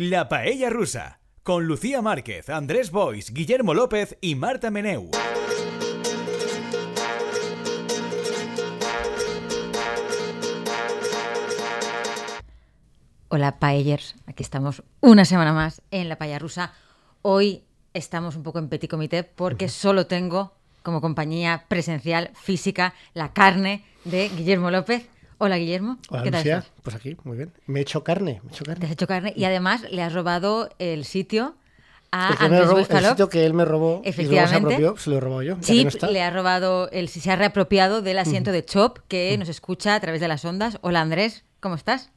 La Paella Rusa, con Lucía Márquez, Andrés Bois, Guillermo López y Marta Meneu. Hola paellers, aquí estamos una semana más en La Paella Rusa. Hoy estamos un poco en petit comité porque solo tengo como compañía presencial, física, la carne de Guillermo López. Hola Guillermo, Hola, ¿qué tal Lucía. estás? Pues aquí, muy bien. Me he hecho carne, me he hecho Te has carne. hecho carne y además le has robado el sitio a El que me Andrés robó- Bois el Palop. sitio que él me robó y luego se Efectivamente. apropió, se lo he robado yo. ya que Chip no está. le ha robado, el, se ha reapropiado del asiento de Chop que nos escucha a través de las ondas. Hola Andrés, ¿cómo estás?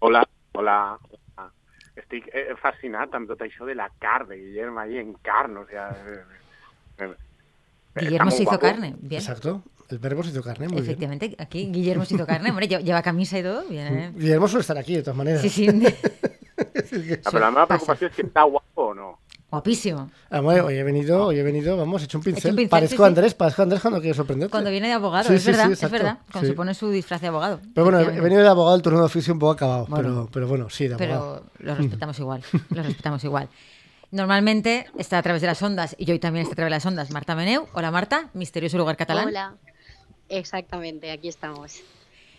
Hola, hola. Ah, Estic eh, fascinat amb tot això de la carn de Guillermo ahí en carn, o sea... eh, eh, eh, está Guillermo muy se hizo guapo. carne, bien. Exacto. El verbo se hizo carne, muy bien. Efectivamente, aquí Guillermo se hizo carne, hombre, lle- lleva camisa y todo, bien. ¿eh? Guillermo suele estar aquí, de todas maneras. Sí, sí. Ah, pero la meva Pasa. preocupación es que está guapo o no. Guapísimo. Amor, Ah, hoy he venido, hoy he venido, vamos, he hecho un pincel. un pincel, parezco sí, sí. Andrés, parezco Andrés cuando quiero sorprenderte. Cuando viene de abogado, Sí, es sí, sí, verdad, es exacto, verdad. Cuando sí. se pone su disfraz de abogado. Pero bueno, he he efectivamente. venido de abogado, el turno de oficio un poco acabado. Bueno. pero, pero bueno, sí, de abogado. Pero los respetamos igual, los respetamos igual. Normalmente está a través de las ondas y hoy también está a través de las ondas Marta Meneu. Hola Marta, misterioso lugar catalán. Hola. Exactamente, aquí estamos.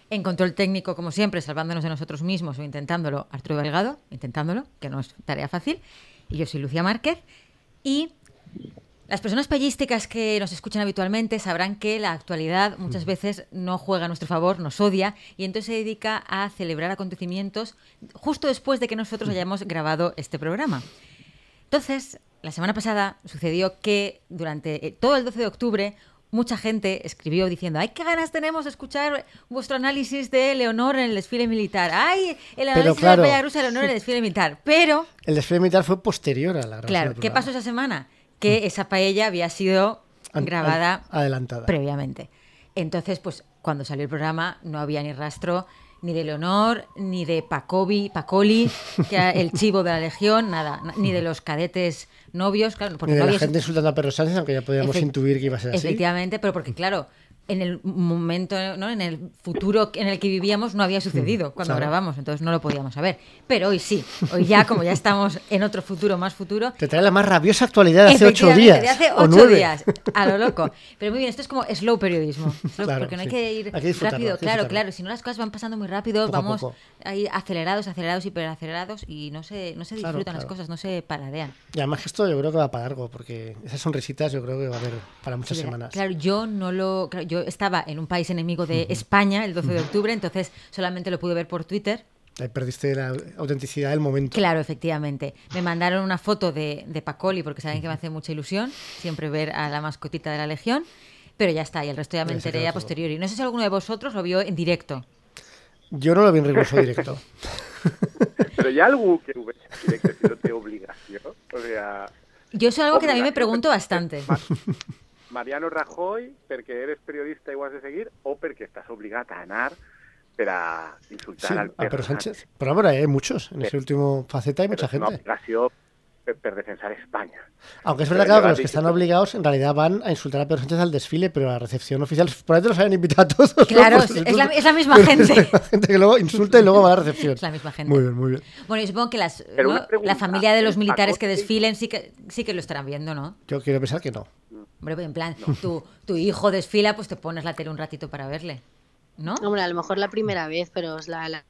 En control técnico, como siempre, salvándonos de nosotros mismos o intentándolo, Arturo Delgado, intentándolo, que no es tarea fácil. Y yo soy Lucía Márquez. Y las personas payísticas que nos escuchan habitualmente sabrán que la actualidad muchas veces no juega a nuestro favor, nos odia y entonces se dedica a celebrar acontecimientos justo después de que nosotros hayamos grabado este programa. Entonces, la semana pasada sucedió que durante eh, todo el 12 de octubre mucha gente escribió diciendo, ¡ay, qué ganas tenemos de escuchar vuestro análisis de Leonor en el desfile militar! ¡Ay, el análisis claro. de la Bellarusa de Leonor en el desfile militar! Pero, El desfile militar fue posterior a la grabación. claro, del ¿qué programa. pasó esa semana? Que esa paella había sido Mm. An- grabada an- adelantada. previamente. Entonces, pues cuando salió el programa no había ni rastro ni de Leonor, ni de Pacobi, Pacoli, que era el chivo de la Legión, nada, na- ni de los cadetes novios, claro, porque Ni de no la había gente insultando a Pedro Sánchez, aunque ya podíamos Efect- intuir que iba a ser así. Efectivamente, pero porque claro, en el momento, ¿no? en el futuro en el que vivíamos no había sucedido cuando Mm. claro. grabamos, entonces no lo podíamos saber. Pero hoy sí, hoy ya como ya estamos en otro futuro más futuro. Te trae la más rabiosa actualidad de hace ocho efectivamente, días. De hace o ocho nueve. días, a lo loco. Pero muy bien, esto es como slow periodismo. slow, Claro, porque no hay sí. que ir Hay que disfrutarlo, rápido. hay que claro, disfrutarlo. claro. Si no, las cosas van pasando muy rápido. Poco a vamos poco. ahí acelerados, acelerados, hiperacelerados. Y no se, no se Claro, disfrutan las claro. cosas, no se paradean. Y además que esto yo creo que va para largo, porque esas sonrisitas yo creo que va a haber para muchas Sí, semanas. Claro, yo no lo. claro, yo estaba en un país enemigo de España el 12 de octubre, entonces solamente lo pude ver por Twitter. Ahí perdiste la autenticidad del momento. Claro, efectivamente. Me mandaron una foto de, de Pacoli porque saben que me hace mucha ilusión siempre ver a la mascotita de la Legión. Pero ya está, y el resto ya me Ya se enteré quedó a todo. posteriori. No sé si alguno de vosotros lo vio en directo. Yo no lo vi en recurso directo. Pero hi ha algú que ho vegi en directe si no té obligació? O sea, Yo eso es algo que también me Obligación. pregunto Eh, bastante. Ma- Mariano Rajoy, perquè eres periodista i ho has de seguir, o perquè estàs obligat a anar per a insultar Sí, al a Pedro Sánchez. Pero ahora hay muchos. En Sí. ese último faceta hay Pero mucha és una gente. obligació per, per defensar Espanya. Aunque es verdad claro, Pero que llevan los que están 17. obligados en realidad van a insultar a Pedro Sánchez al desfile, pero a la recepción oficial probablemente los hayan invitado a todos. ¿no? pues, Claro, Por es- supuesto. es la- es la misma Pero gente. Es la gente que luego insulta y luego va a la recepción. Es la misma gente. Muy bien, muy bien. Bueno, yo supongo que las, Pero ¿no? una pregunta, la familia de los ¿el militares que Pacoli- desfilen sí que, sí que lo estarán viendo, ¿no? Yo quiero pensar que no. Hombre, pues en plan, tu, tu hijo desfila, pues te pones la tele un ratito para verle. ¿No? Hombre, a lo mejor la primera vez, pero es la, la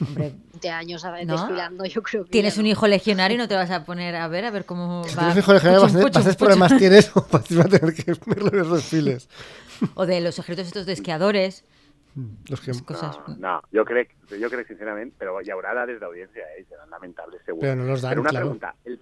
Hombre, 20 años a- ¿No? desfilando, yo creo que. tienes ya un no. hijo legionario y no te vas a poner a ver a ver cómo Si va. tienes hijo de general, Puchum, bastantes, puchum, bastantes puchum. problemas tienes o vas a tener que verlo en los desfiles. O de los secretos estos de esquiadores, Los que... esas cosas. No, no, jo crec, jo crec sincerament, però hi haurà dades d'audiència, eh? i Seran lamentables, segur. Però no los dan, Però una claro. pregunta, el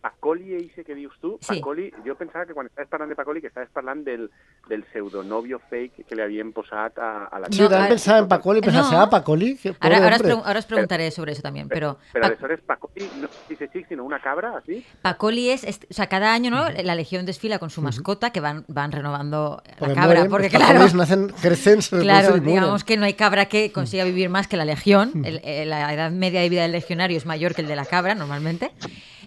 Pacoli eixe que dius tu, Sí. Pacoli, jo pensava que quan estaves parlant de Pacoli que estaves parlant del, del pseudonovio fake que li havien posat a, a la Sí, No, yo también a- pensaba en Pacoli, pensaba, No. ¿será Pacoli? "Ah, Qué pobre Ahora, ahora, os hombre. pregun- ahora os preguntaré sobre eso también, pero, Pero Pa- aleshores Pacoli no dice chic, sino una cabra, así. Pacoli es, es- o sea, cada año ¿no? la Legión desfila con su mascota, que van, van renovando la Porque cabra, Pues mueren, porque los claro, Pacolis nacen, crecen, se Claro, reproducen y mueren. digamos que no hay cabra que consiga vivir más que la legión. El- eh, la edad media de vida del legionario es mayor que el de la cabra eh, normalmente.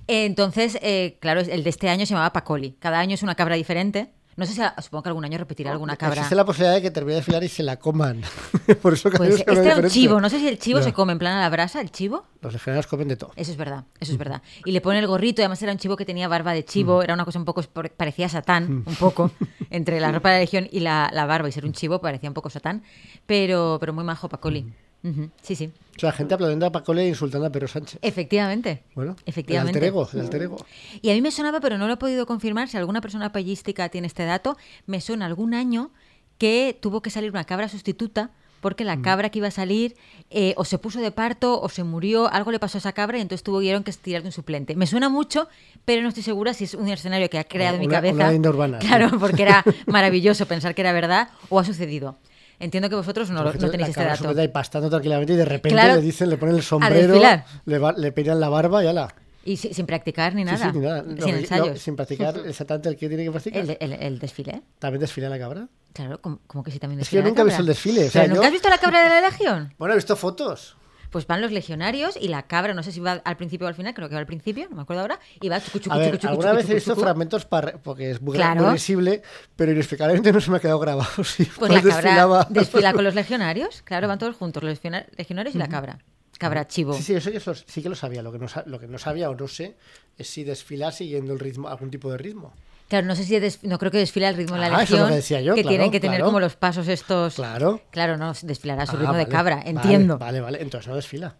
Entonces, eh, claro, el de este año se llamaba Pacoli. Cada año es una cabra diferente. No sé si, a- supongo que algún año repetirá alguna cabra. Existe la posibilidad de que termine de filar y se la coman. Por eso Puede cambió ser. este era el un diferente. chivo, no sé si el chivo Ya. se come en plan a la brasa, el chivo. Los legionarios comen de todo. Eso es verdad, eso es verdad. Y le pone el gorrito, y además era un chivo que tenía barba de chivo, Mm. era una cosa un poco, por- parecía Satán, un poco, entre la ropa de la legión y la, la barba, y ser un chivo parecía un poco Satán, pero, pero muy majo Pacoli. Mm. Ujú, Sí, sí, O sea, gente aplaudiendo a Paco e insultando a Pedro Sánchez. efectivamente. Bueno, Efectivamente. El alter ego, el alter ego. Y a mí me sonaba, pero no lo he podido confirmar, si alguna persona payística tiene este dato, me suena algún año que tuvo que salir una cabra sustituta porque Mm. la cabra que iba a salir eh, o se puso de parto o se murió, algo le pasó a esa cabra y entonces tuvieron que tirar de un suplente. Me suena mucho, pero no estoy segura si es un escenario que ha creado en mi Una- cabeza. una leyenda urbana, sí. Claro, porque era maravilloso pensar que era verdad o ha sucedido. Entiendo que vosotros no, lo- Porque no tenéis la este cabra dato. sujeta ahí pastando tranquilamente y de repente Claro. le dicen, le ponen el A sombrero, desfilar. le, va- le peinan la barba y ala. Y si- sin practicar ni Sí, nada. sí, ni nada. Lo Sin que- ensayos. lo- sin practicar exactamente el que tiene que practicar. El- el- el desfile. ¿También desfila la cabra? Claro, como, como que sí también Es que desfila yo la nunca he visto cabra. el desfile, o ¿Pero sea, ¿Nunca yo- has visto la cabra de la legión? Bueno, he visto fotos. Pues van los legionarios y la cabra, no sé si va al principio o al final, creo que va al principio, no me acuerdo ahora, y va chucu, chucu, A ver, chucu, chucu, alguna chucu, vez he chucu, visto chucu. fragmentos para, porque es muy, Claro. muy visible, pero inexplicablemente no se me ha quedado grabado. sí, Pues la cuando cabra desfilaba. desfila con los legionarios, claro, van todos juntos, los legiona- legionarios y la cabra. Cabra chivo. Sí, sí, eso yo so- sí que lo sabía. Lo que, no, sa- lo que no sabía o no sé es si desfilar siguiendo el ritmo, algún tipo de ritmo. Claro, no sé si des- no creo que desfila al ritmo de la Ah, eso es lo legión, que decía yo, claro, tienen que tener claro. como los pasos estos. Claro. Claro, no, desfilará a su Ah, ritmo de vale, cabra, vale, entiendo. Vale, vale, entonces no desfila.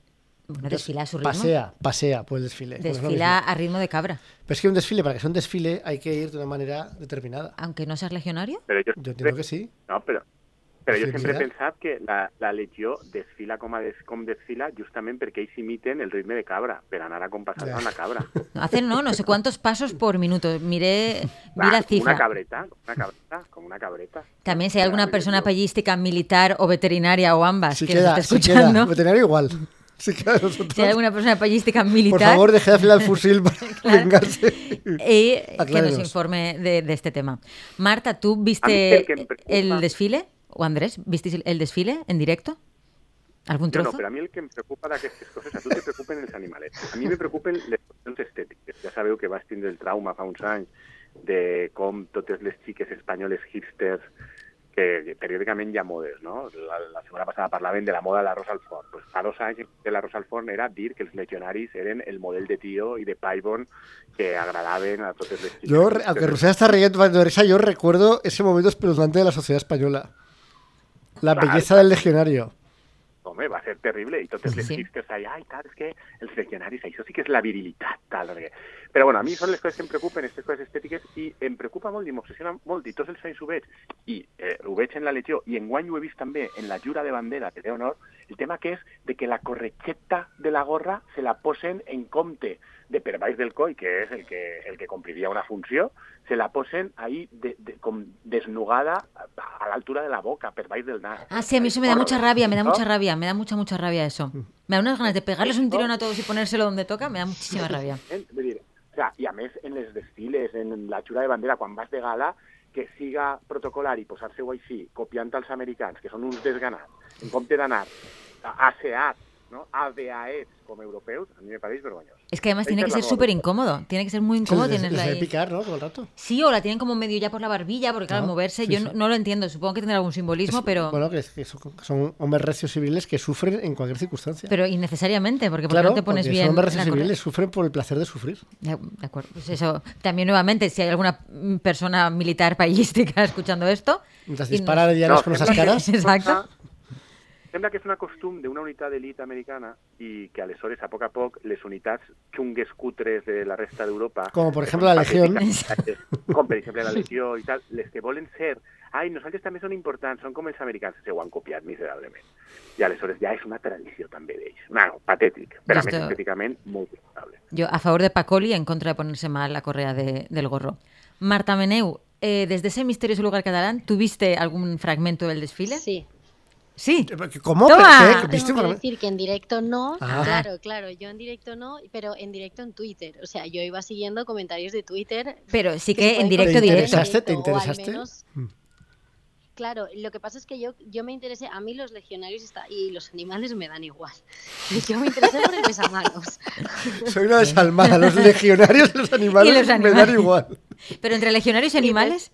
Bueno, desfila a su ritmo. Pasea, pasea por el desfile. pues es lo Desfila mismo. a ritmo de cabra, Pero es que un desfile, para que sea un desfile, hay que ir de una manera determinada. aunque no seas legionario. Pero yo, Yo siempre- entiendo que sí. No, però, però jo Sí, sempre he mira. pensat que la, la legió desfila com, a des, com desfila justament perquè ells imiten el ritme de cabra, per anar acompassant Ja. amb la cabra. No, hacen no, no sé cuántos pasos por minuto. Miré, vi la Ah, com cifra. Una cabreta, com una cabreta, com una cabreta. También si hay alguna Claro, persona yo- pellística, militar o veterinaria o ambas Si que nos queda, esté si queda. escuchando. Veterinario igual. Si queda de nosotros. Si hay alguna persona pellística Por militar favor, deje de afilar el fusil para vengarse. eh, que nos aclárenos. informe de, de este tema. Marta, ¿tú A mí el que viste me preocupa- el desfile? ¿O Andrés, visteis el- el desfile en directo? ¿Algún Jo trozo? no, però a mi el que em preocupa d'aquestes coses, a tu te preocupen els animalets. A mi me preocupen les qüestions estètiques. Ja sabeu que vas tindre el trauma fa uns anys de com totes les xiques espanyoles hipsters que periòdicament hi ha modes, no? La, la setmana passada parlaven de la moda de la Rosa Alfort. Pues fa dos anys de la Rosa Alfort era dir que els legionaris eren el model de tio i de paibon que agradaven a totes les xiques. Yo, re- aunque Rusea está riendo cuando risa, yo recuerdo ese momento espeluznante de la sociedad española. La Claro. belleza del legionario. Home, va ser terrible. I totes les Sí. sí. hipsters allà, ai, clar, és que els legionaris, això sí que és la virilitat, tal. no sé què. Però, bueno, a mi són les coses que em preocupen, aquestes coses estètiques, i em preocupa molt i m'obsessiona molt, i tots els anys ho veig, i eh, ho veig en la legió, i enguany ho he vist també en la jura de bandera, que té honor, el tema que és de que la corretxeta de la gorra se la posen en compte de per baix del coll, que és el que, el que compliria una funció, se la posen ahí de, de, com desnugada a, a l'altura de la boca, per baix del nas. Ah, sí, a mí eso me da mucha Horror, rabia, me da ¿no? mucha rabia, me da mucha, mucha rabia eso. Me da unas ganas de pegarles un tirón a todos y ponérselo donde toca, me da muchísima rabia. Eh, Vull dir, o sea, I a més, en els desfiles, en la xura de bandera, quan vas de gala, que siga protocolar i posar-se-ho així, copiant els americans, que són uns desganats, en compte d'anar a- aseat, no? ADAE com europeus, a mi me pareix vergonyós. Es que además tiene Esta que ser es la súper incómodo, tiene que ser muy incómodo les, les tenerlo debe ahí. picar, ¿no? Todo el rato. Sí, o la tienen como medio ya por la barbilla, porque claro, Ah, al moverse, sí, yo sí. No, no lo entiendo, supongo que tendrá algún simbolismo, pero, Bueno, que, es- que son, que son hombres recios civiles que sufren en cualquier circunstancia. pero innecesariamente, porque ¿por qué claro, no te pones porque bien. son hombres la recios correa? civiles, sufren por el placer de sufrir. de, de acuerdo, pues eso. También nuevamente, si hay alguna mm, persona militar payística escuchando esto. Mientras y nos- disparan a dianas No, con es esas verdad. caras. Exacto. Sembla que és una costum d'una unitat d'elit americana i que aleshores, a poc a poc, les unitats xungues cutres de la resta d'Europa... Como, por que ejemplo, són la Legión. patètiques, Com, per exemple, la Legió i tal, les que volen ser... Ai, nosaltres també són importants, són com els americans, se ho han copiat miserablement. I aleshores ja és una tradició també d'ells. No, no, patètic, però a més Esto- estèticament molt respectable. Yo a favor de Pacoli, en contra de ponerse mal la correa de- del gorro. Marta Meneu, eh, desde ese misterioso lugar catalán, ¿tuviste algún fragmento del desfile? Sí. Sí. ¿Cómo? Toma. ¿Pero qué? Tengo ¿Viste que un fragmento? decir que en directo no, Ah. claro, claro, yo en directo no, pero en directo en Twitter. O sea, yo iba siguiendo comentarios de Twitter. Pero sí se que en pueden directo, comentar en directo. interesaste? ¿Te o al interesaste? menos- Claro, lo que pasa es que yo, yo me interesé, a mí los legionarios está, y los animales me dan igual. Yo me interesé por el besamanos. Soy una desalmada. Los legionarios, los animales, Y los me dan animales. igual. Pero entre legionarios y animales,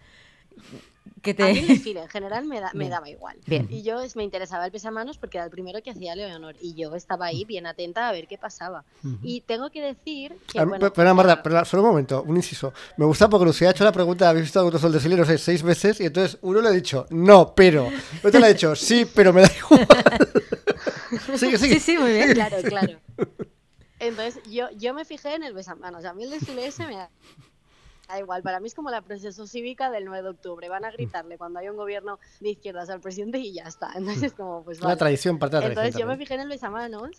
que pues, A mí el te... desfile en general me, da- me Bien. daba igual. Bien. Y yo es- me interesaba el pesamanos porque era el primero que hacía Leonor. Y yo estaba ahí bien atenta a ver qué pasaba. Y tengo que decir que. Ah, bueno, pe- Perdona, Marta, claro, perdona, solo un momento, un inciso. Me gusta porque Lucía ha hecho la pregunta, ¿habéis visto Autos del Desfile? No sé, seis veces, y entonces uno le ha dicho, no, pero. Otro le ha dicho, sí, pero me da igual. sigue, sigue. Sí, sí, muy bien. Claro, claro. Entonces yo, yo me fijé en el besamanos. A mí el desfile ese me da, da igual. Para mí es como la proceso cívica del 9 de octubre. Mm. Van a gritarle cuando hay un gobierno de izquierdas al presidente y ya está. Entonces es como, pues La vale. tradición, parte de la tradición. Entonces yo me también. fijé en el besamanos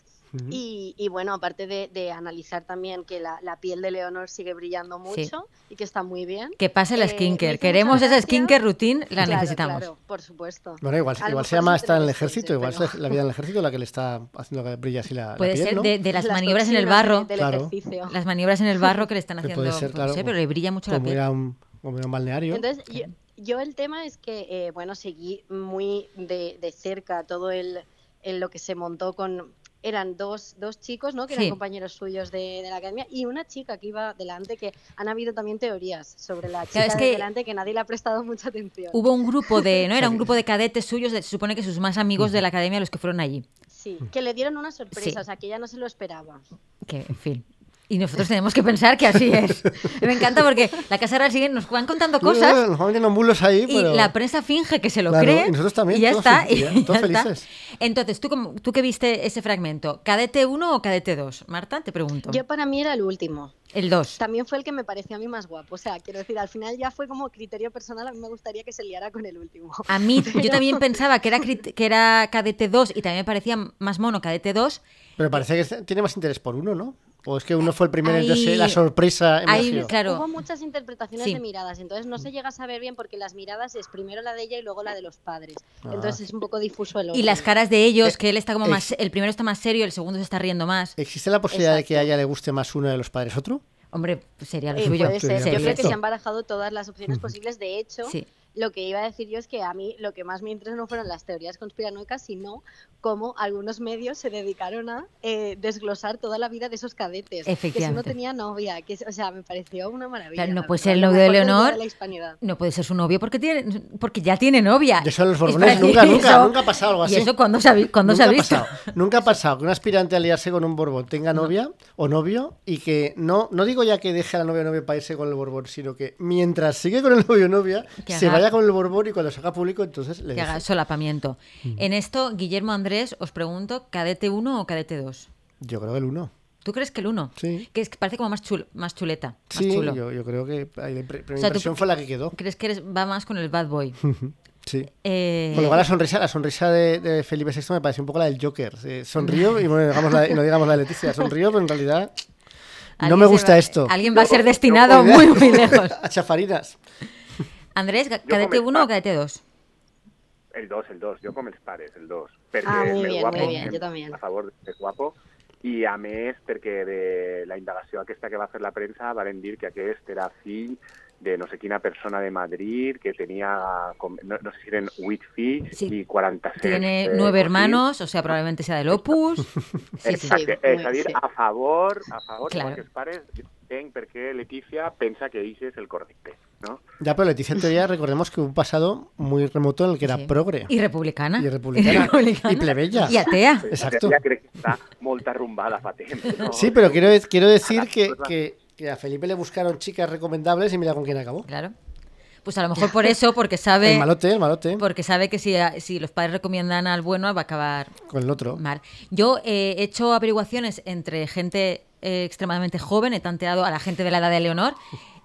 y, y bueno, aparte de, de analizar también que la, la piel de Leonor sigue brillando mucho Sí. y que está muy bien. Que pase la Eh, me skinker. hizo Queremos mucha esa gracia. skinker routine, la Claro, necesitamos. Claro, por supuesto. Bueno, igual, A lo igual se mejor llama es está en el interesante, ejército, igual pero- es la vida en el ejército la que le está haciendo que brille así la, la Puede piel, ser ¿no? de, de las, Las maniobras en el toxinas de- barro. del Claro. ejercicio. Las maniobras en el barro que le están Que haciendo. puede ser, no claro, sé, pero le brilla mucho la Como ir piel. a un, como ir a un balneario. Entonces, yo, yo el tema es que, eh, bueno, seguí muy de, de cerca todo el, el lo que se montó con... Eran dos, dos chicos, ¿no? Que eran Sí. compañeros suyos de, de la academia y una chica que iba delante, que han habido también teorías sobre la chica es de que- delante que nadie le ha prestado mucha atención. Hubo un grupo de. No era un grupo de cadetes suyos, de- se supone que sus más amigos de la academia los que fueron allí. Sí, Mm. que le dieron una sorpresa, Sí. o sea, que ella no se lo esperaba. Que, en fin. Y nosotros tenemos que pensar que así es. Me encanta porque la Casa Real sigue, nos van contando No, no, cosas Nos van metiendo bulos ahí, y pero... la prensa finge que se lo Claro, cree. y nosotros también, y ya todos está. fel- y ya, todos ya está. felices. Entonces, ¿tú, cómo- ¿tú que viste ese fragmento? ¿Cadete 1 o cadete 2? Marta, te pregunto. Yo para mí era el último. El 2. También fue el que me pareció a mí más guapo. O sea, quiero decir, al final ya fue como criterio personal, a mí me gustaría que se liara con el último. A mí, yo también pensaba que era, crit- que era cadete 2 y también me parecía más mono cadete 2. Pero parece que es- tiene más interés por uno, ¿no? O es que uno fue el primero, Ahí- entonces la sorpresa ahí, emergió. claro. Hubo muchas interpretaciones Sí. de miradas, entonces no se llega a saber bien porque las miradas es primero la de ella y luego la de los padres. Ah. Entonces es un poco difuso el Y orden. las caras de ellos, que él está como eh, más. El primero está más serio, el segundo se está riendo más. ¿Existe la posibilidad de que a Exacto. ella le guste más uno de los padres otro? Hombre, pues sería lo Eh, suyo. puede ser. Sí, Yo creo que perfecto. se han barajado todas las opciones posibles. De hecho, Sí. lo que iba a decir yo es que a mí lo que más me interesó no fueron las teorías conspiranoicas, sino cómo algunos medios se dedicaron a eh, desglosar toda la vida de esos cadetes. Que si no Efectivamente. tenía novia, que, es- o sea, me pareció una maravilla. Claro, no la puede verdad, ser el lo novio de mejor día Leonor. la hispanidad. No puede ser su novio porque tiene, porque ya tiene novia. De eso en los Es Borbones preciso. nunca, nunca, nunca ha pasado algo así. ¿Y Ah, eso cuándo se ha, vi- cuándo se nunca ha ha visto? pasado. Nunca ha pasado que un aspirante a liarse con un borbón tenga novia o novio y que no, no digo ya que deje a la novia o novio para irse con el borbón, sino que mientras sigue con el novio o novia, Que se haga- vaya con el borbón y cuando se haga público, entonces le Que haga deje. solapamiento. Mm. En esto, Guillermo Andrés, os pregunto, ¿cadete 1 o cadete 2? Yo creo que el uno. ¿Tú crees que el 1? Sí. Que es que parece como más chulo, más chuleta, más Sí, chulo. yo, yo creo que ahí la pre- primera O sea, tú- impresión fue la que quedó. ¿Crees que eres- va más con el bad boy? Sí. Eh, Con lo cual la sonrisa, la sonrisa de, de Felipe VI me pareció un poco la del Joker. Eh, sonrío y bueno, digamos la de- no digamos la de Leticia, sonrío, pero en realidad no alguien me se gusta va- esto. Alguien va a ser destinado muy, muy lejos. A chafarinas. Andrés, ga- Yo ¿cadete comen- 1 o cadete 2? El 2, el 2. Yo con els pares, el 2. Perquè Ah, muy amb el bien, guapo, muy bien, em- yo también. A favor de guapo. I a més, perquè de la indagació aquesta que va fer la premsa varen dir que aquest era fill de no sé quina persona de Madrid, que tenia, com, no, no sé si eren 8 fills Sí. i 47. Tiene eh, nueve cosins. hermanos, o sea, probablemente sea del Opus. Sí, sí. Exacto. Exacte, Sí, és molt a dir, bé, sí. eh, a favor, a Claro. favor, claro. perquè els pares entenc per què Letícia pensa que ell és el correcte, no? Ya, pero Leticia en teoría recordemos que hubo un pasado muy remoto en el que era Sí. progre. Y republicana. Y republicana. Y plebeya. Y atea. Exacto. Ja crec que està molt arrumbada fa temps, no? Sí, pero quiero, quiero decir que, Pues va. que- que a Felipe le buscaron chicas recomendables y mira con quién acabó. Claro. Pues a lo mejor por eso, porque sabe, El malote, el malote. porque sabe que si, ah, si los padres recomiendan al bueno va a acabar Con el otro. mal. Yo eh, he hecho averiguaciones entre gente eh, extremadamente joven, he tanteado a la gente de la edad de Leonor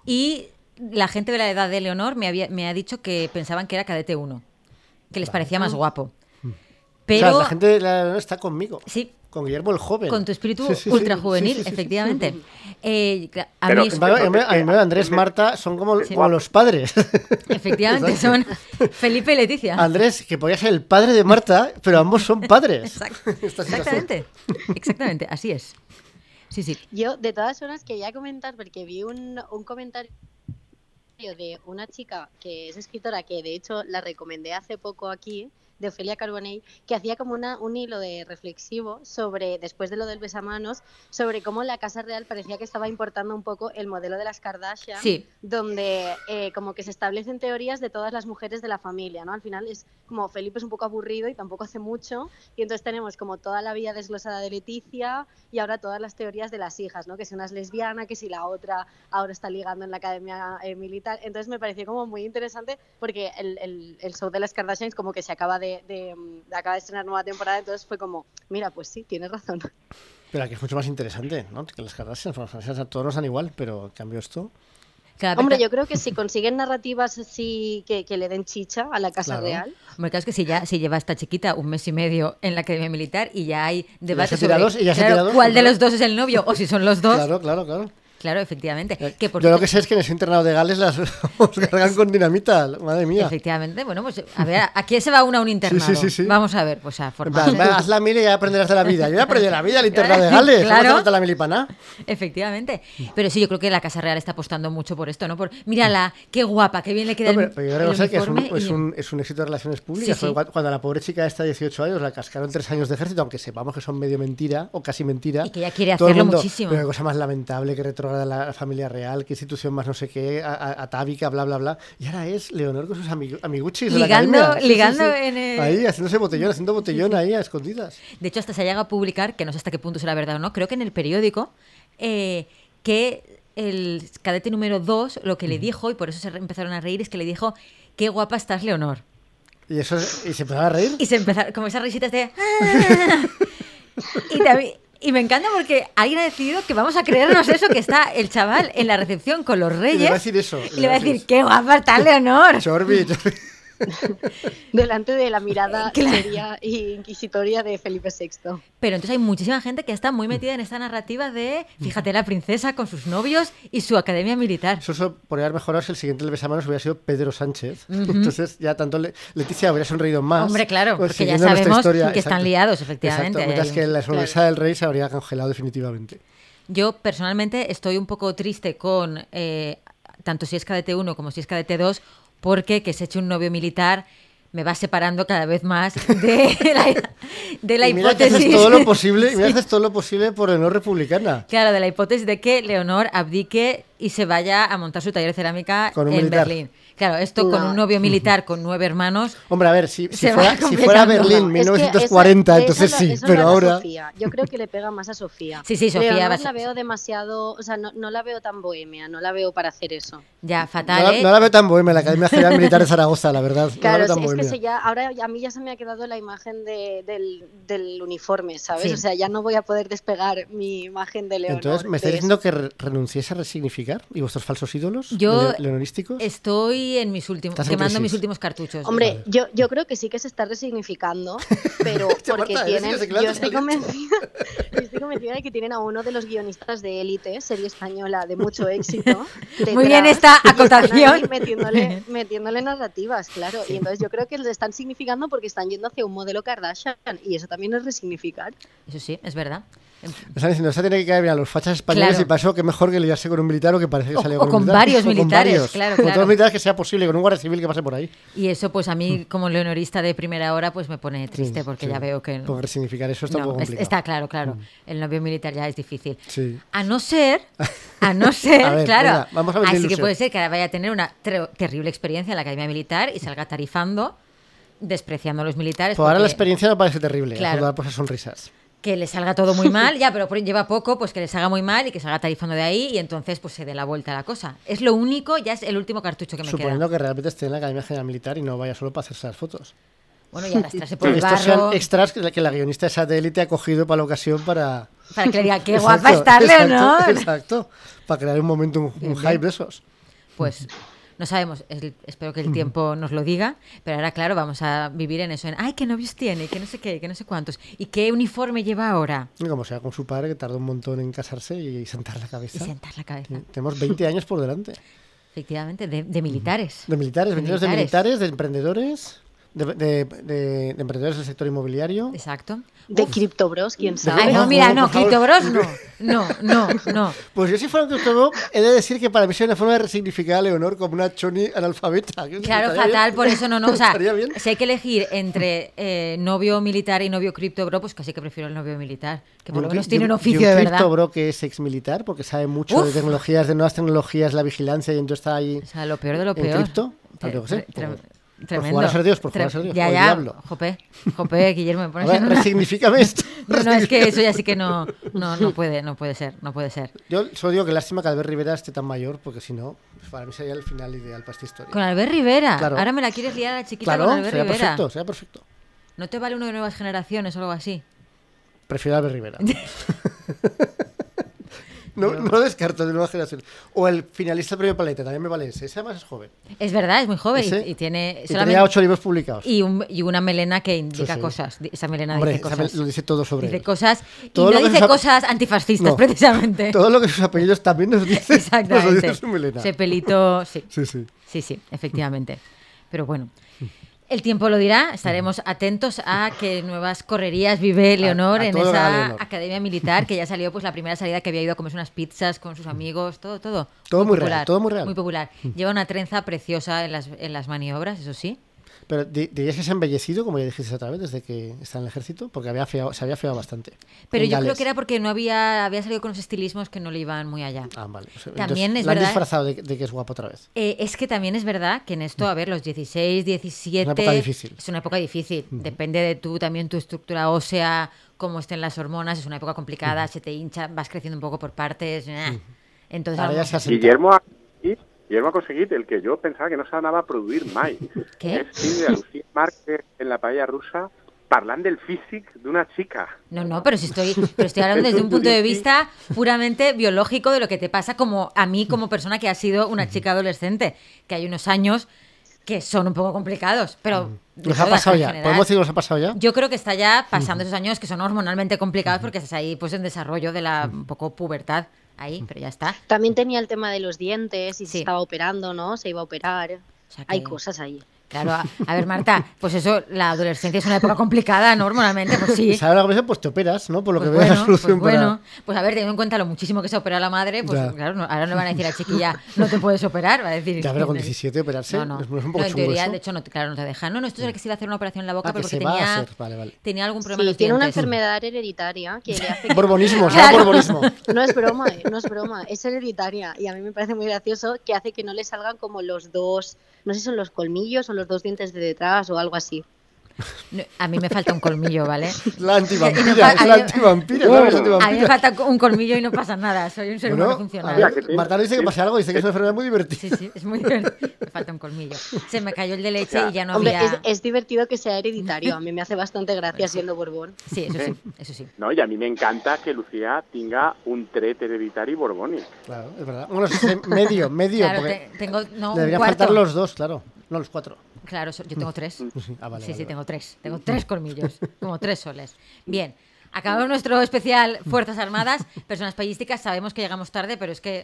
y la gente de la edad de Leonor me, había, me ha dicho que pensaban que era cadete 1, que les parecía más guapo. Pero Mm. O sea, la gente de la- no está conmigo. sí, Con Guillermo el joven. con tu espíritu Sí, sí, sí. ultra juvenil, Sí, Mm. sí, sí. efectivamente. Eh, cla- a Pero mí Sin es- embargo, a mí- a mí Entonces, Andrés, ¿qué? Marta son como, Sí. como los padres. efectivamente son Felipe y Leticia. Andrés, que podría ser el padre de Marta, pero ambos son padres. Exacto. Esta situación. Exactamente, exactamente, así es. Sí, sí. Yo, de todas formas, quería comentar, porque vi un, un comentario de una chica que es escritora, que de hecho la recomendé hace poco aquí, de Ofelia Carbonell, que hacía como una, un hilo de reflexivo sobre, después de lo del besamanos, sobre cómo la Casa Real parecía que estaba importando un poco el modelo de las Kardashian, Sí. donde eh, como que se establecen teorías de todas las mujeres de la familia, ¿no? Al final es como Felipe es un poco aburrido y tampoco hace mucho, y entonces tenemos como toda la vida desglosada de Leticia y ahora todas las teorías de las hijas, ¿no? Que si una es lesbiana, que si la otra ahora está ligando en la academia eh, militar. Entonces me pareció como muy interesante porque el, el- el show de las Kardashians como que se acaba de, de, mm, acaba de estrenar nueva temporada, entonces fue como, mira, pues sí, tienes razón. Pero aquí es mucho más interesante, ¿no? Que las Kardashian, las Kardashian todos nos dan igual, pero en cambio esto. Cada Hombre, perso- yo creo que si consiguen narrativas así que, que le den chicha a la Casa Claro. Real, Hombre, claro, es que si ya si lleva esta chiquita un mes y medio en la Academia Militar y ya hay se debates tira sobre dos, y ya se claro, tira dos, cuál de claro. los dos es el novio o si son los dos. Claro, Claro, claro, claro. efectivamente. Eh, Que por Yo lo cierto- que sé es que en ese internado de Gales las os cargan con dinamita, madre mía. Efectivamente, bueno, pues a ver, ¿a quién se va una a un internado? sí, sí, sí. Vamos a ver, pues a En plan, formarse. "Va, haz la mili y ya aprenderás de la vida. Yo ya aprendí de la vida el internado de Gales. ¿cómo Claro. te falta la milipana? Efectivamente. Pero sí, yo creo que la Casa Real está apostando mucho por esto, ¿no? Por, mírala, qué guapa, qué bien le queda No, pero, el, pero yo el creo que sé que es un, uniforme es, y- un, es un éxito de relaciones públicas. Sí, sí. porque Cuando a la pobre chica esta de 18 años la cascaron tres años de ejército, aunque sepamos que son medio mentira o casi mentira. Y que ella quiere todo el hacerlo mundo, muchísimo. Pero qué cosa más lamentable que retrograda la familia real, qué institución más no sé qué, a- a- atávica, bla, bla, bla. Y ahora es Leonor con sus amig- amiguchis de la Ligando- academia. ligando en el- Ahí, haciéndose botellón, haciendo botellón ahí a escondidas. De hecho, hasta se llega a publicar, que no sé hasta qué punto será verdad o no, creo que en el periódico, eh, que el cadete número 2 lo que le dijo, y por eso se re- empezaron a reír, es que le dijo, qué guapa estás, Leonor. Y eso y se empezaron a reír. Y se empezaron, como esas risitas de... "Ah". y, también- y me encanta porque alguien ha decidido que vamos a creernos eso, que está el chaval en la recepción con los reyes. le va a decir eso, Y le va a decir, qué guapa está Leonor. Chorbi, chorbi. delante de la mirada Claro. seria e inquisitoria de Felipe VI. Pero entonces hay muchísima gente que está muy metida en esta narrativa de, fíjate, la princesa con sus novios y su academia militar. Eso solo por haber mejorado si el siguiente del besamanos hubiera sido Pedro Sánchez. Entonces, ya tanto Le- Leticia habría sonreído más. Hombre, claro, pues, porque ya siguiendo nuestra sabemos historia. que están liados, efectivamente, Exacto, ahí mientras hay un- que la sonrisa del rey se habría congelado definitivamente. Yo personalmente estoy un poco triste con eh, tanto si es KDT1 como si es KDT2 porque que se eche un novio militar me va separando cada vez más de la, de la y mira que hipótesis. haces todo lo posible, y mira que haces todo lo posible por el no republicana. Claro, de la hipótesis de que Leonor abdique y se vaya a montar su taller de cerámica Con un en militar. Berlín. Claro, esto con No. un novio militar con nueve hermanos. Hombre, a ver, si, si Se va fuera, si fuera complicando. Berlín No, es que 1940, esa- entonces esa sí, lo- esa pero lo hará ahora... Sofía. Yo creo que le pega más a Sofía. Sí, sí, Sofía Leonor va a ser- la veo demasiado, o sea, no, no la veo tan bohemia, no la veo para hacer eso. Ya, No, fatal, la- ¿eh? no la veo tan bohemia, la Academia General Militar de Zaragoza, la verdad. No la Claro, veo tan es que bohemia. se ya, ahora a mí ya se me ha quedado la imagen de- del, del uniforme, ¿sabes? Sí. O sea, ya no voy a poder despegar mi imagen de Leonor. Entonces, ¿me de estáis eso. diciendo que re- renunciéis a resignificar? ¿Y vuestros falsos ídolos? Yo- le- ¿Leonorísticos? Estoy en mis últimos, Estás en quemando mis crisis. últimos cartuchos. Hombre, yo, yo creo que sí que se está resignificando, pero Este Ya, porque Marta, eres tienen. reciclante, Yo estoy, Alex. convencida, yo estoy convencida de que tienen a uno de los guionistas de Élite, serie española de mucho éxito. Muy bien detrás. esta Están ahí acotación. metiéndole, metiéndole narrativas, claro. Y entonces yo creo que lo están significando porque están yendo hacia un modelo Kardashian y eso también es resignificar. Eso sí, es verdad. Me están diciendo, esta tiene que caer bien a los fachas españoles Claro. y pasó que mejor que liarse con un militar o que parece que O- salió o con, un con militar. varios O con militares, varios. claro, Con claro. todos los militares que sea posible, con un guardia civil que pase por ahí. Y eso, pues a mí, como leonorista de primera hora, pues me pone triste Hmm. Sí, porque sí. ya veo que... Porque resignificar eso está un No, poco es- complicado. Hmm. está claro, claro. El novio militar ya es difícil. Sí. A no ser, a no ser, A ver, claro. venga, vamos a ver la Así que ilusión. puede ser que ahora vaya a tener una tre- terrible experiencia en la academia militar y salga tarifando, despreciando a los militares. Por Pues ahora la porque- experiencia no parece terrible. Claro. Claro. Pues sonrisas. que le salga todo muy mal, ya, pero por- lleva poco, pues que le salga muy mal y que salga tarifando de ahí y entonces pues se dé la vuelta a la cosa. Es lo único, ya es el último cartucho que me Suponiendo queda. que realmente esté en la Academia General Militar y no vaya solo para hacerse las fotos. Bueno, y arrastrarse por Porque el estos barro sean extras que la, que la guionista esa de élite ha cogido para la ocasión para... para que le diga, qué Exacto, guapa está exacto, Leonor. Exacto. Para crear un momento, un, un hype de esos. Pues no sabemos, el- espero que el tiempo nos lo diga, pero ahora claro, vamos a vivir en eso, en, ay, qué novios tiene, que no sé qué, que no sé cuántos, y qué uniforme lleva ahora. Y Como sea con su padre, que tardó un montón en casarse y, y sentar la Y cabeza. sentar la cabeza, Tenemos 20 años por delante. efectivamente, de, de militares. De militares, De venidos de militares. militares, de emprendedores, de, de- de- de emprendedores del sector inmobiliario. Exacto. De criptobros, quién sabe. Ay, no, no, mira, no, no, por favor. Criptobros no. No, no, no. Pues yo si fuera un criptobo, he de decir que para mí sería una forma de resignificar a Leonor como una choni analfabeta. Claro, Estaría fatal, bien. por eso no, no. O sea, Estaría bien. si hay que elegir entre eh, novio militar y novio cripto bro, pues casi que prefiero el novio militar, que por lo menos tiene un oficio de verdad. criptobro que es exmilitar porque sabe mucho de Uf. tecnologías, de nuevas tecnologías, la vigilancia y entonces está ahí. O sea, lo peor de lo ¿En peor. cripto? Pues yo qué Tre- sé, tre- por- por Tremendo. jugar a ser Dios, por jugar a Tre- ser Dios, Ya, o el ya. diablo. Jope, jope, Guillermo, me A pones ver, en- resignifícame esto. No, no, es que eso ya sí que no, no, no puede, no puede ser, no puede ser. Yo solo digo que lástima que Albert Rivera esté tan mayor, porque si no, pues para mí sería el final ideal para esta historia. Con Albert Rivera. Claro. Ahora me la quieres liar a la chiquita claro, con sería Albert Rivera. perfecto, sería perfecto. No te vale uno de nuevas generaciones o algo así. Prefiero a Albert Rivera. no, no lo descarto de nueva generación. O el finalista del premio Paleta, también me vale ese. Ese además es joven. Es verdad, es muy joven y- Ese- y, tiene Y solamente tenía ocho libros publicados. y, un- y una melena que indica sí. cosas. Di- Esa melena Hombre, dice sabe- cosas. lo dice todo sobre Dice él. cosas y Todo no lo que dice se- cosas antifascistas, No. precisamente. Todo lo que sus apellidos también nos dicen. Nos lo Exactamente. dice su melena. Ese pelito, sí. Sí, sí. Sí, sí, efectivamente. Pero bueno, el tiempo lo dirá. Estaremos atentos a qué nuevas correrías vive Leonor a en todo lo que haga esa Leonor. academia militar que ya salió pues la primera salida que había ido a comerse unas pizzas con sus amigos, todo, todo. Todo muy real, todo muy real. Muy popular. Lleva una trenza preciosa en las, en las maniobras, eso sí. Pero di- dirías que se ha embellecido, como ya dijiste otra vez, desde que está en el ejército, porque había afeado- se había afeado bastante. Pero En yo creo Gales. que era porque no había, había salido con los estilismos que no le iban muy allá. Ah, vale. O sea, También entonces es la han verdad- disfrazado de, de que es guapo otra vez. Eh, es que también es verdad que en esto, a ver, los 16, 17... Es una época difícil. Es una época difícil. Depende de tú, también tu estructura ósea, cómo estén las hormonas. Es una época complicada, se te hincha, vas creciendo un poco por partes. nah. Entonces, a Ahora lo ya mejor- se ha sentado. Guillermo ha, aconseguit- Guillermo ha aconseguit el que jo pensava que no s'anava a produir mai. Què? ¿Eh? És Sílvia Lucía Márquez en la paella russa parlant del físic d'una xica. No, no, pero si estoy, pero estoy hablando desde un punto de vista puramente biológico de lo que te pasa como a mí como persona que ha sido una chica adolescente, que hay unos años que son un poco complicados, pero de Nos ha todas, pasado en ya. general. ¿Podemos decir que nos ha pasado ya? Yo creo que está ya pasando esos años que son hormonalmente complicados porque estás ahí pues en desarrollo de la un poco pubertad ahí, pero ya está. También tenía el tema de los dientes y Sí. se estaba operando, ¿no? Se iba a operar. O sea que- Hay cosas ahí. Claro, a, a ver Marta, pues eso, la adolescencia es una época complicada, ¿no? Hormonalmente, pues sí. Y sabes lo que pasa, pues te operas, ¿no? Por lo Pues que veo bueno, la solución pues para- bueno, pues a ver, teniendo en cuenta lo muchísimo que se opera la madre, pues Ya. claro, no- ahora no le van a decir a la chiquilla, no te puedes operar, va a decir. Ya, pero con 17 operarse No, no, es un poco No, en chungo teoría, eso. de hecho, no, te- claro, no te dejan. No, no, esto es el que se iba a hacer una operación en la boca Ah, pero que porque se va a tenía, hacer, vale, vale. tenía algún problema en Sí, los tiene una dientes. enfermedad hereditaria que le hace que- Borbonismo, se llama Ah, Claro. borbonismo. No es broma, eh, no es broma, es hereditaria y a mí me parece muy gracioso que hace que no le salgan como los dos, no sé si son los colmillos o los dos dientes de detrás o algo así. No, a mí me falta un colmillo, ¿vale? La Y no antivampira, pa- es la a mí- antivampira, ¿no? Es A mí me antivampira. falta un colmillo y no pasa nada, soy un ser Bueno, humano a funcional. Mira, que ver, tiene- Marta dice que pasa algo, dice que es una enfermedad muy Sí, divertida. sí, es muy divertido. Me falta un colmillo. Se me cayó el de leche y ya no Hombre, había. es, es divertido que sea hereditario, a mí me hace bastante gracia siendo Borbón. Sí, eso sí, eso sí. No, I a mi m'encanta que Lucía tinga un tret hereditari borbònic. Claro, es verdad. Bueno, sí, sí, medio, medio, Claro, porque te- tengo no, le un deberían cuarto. faltar los dos, claro. No, los cuatro. Claro, so- yo tengo tres. Ah, vale, sí, vale, sí, vale. tengo tres. Tengo tres colmillos, como tres soles. Bien, acabamos nuestro especial Fuerzas Armadas, personas payísticas. Sabemos que llegamos tarde, pero es que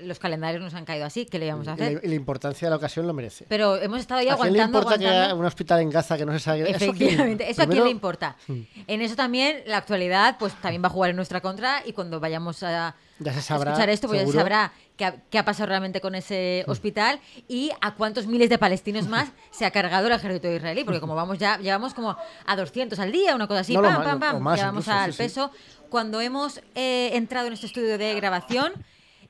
los calendarios nos han caído así. ¿Qué le íbamos a Y la, hacer? y la importancia de la ocasión lo merece. Pero hemos estado ahí ¿A quién le aguantando, importa que haya aguantando. un hospital en Gaza que no se sabe? ¿Eso a quién? Efectivamente, eso a quién Primero, le importa. En eso también la actualidad pues también va a jugar en nuestra contra y cuando vayamos a Ya se sabrá, escuchar esto pues ya se seguro. Mm. sabrá qué ha, qué ha pasado realmente con ese hospital y a cuántos miles de palestinos más se ha cargado el ejército israelí, porque como vamos ya llevamos como a 200 al día, una cosa así, No, lo pam, más, pam, o pam, más ya vamos incluso, al sí, sí. peso. Cuando hemos eh, entrado en este estudio de grabación...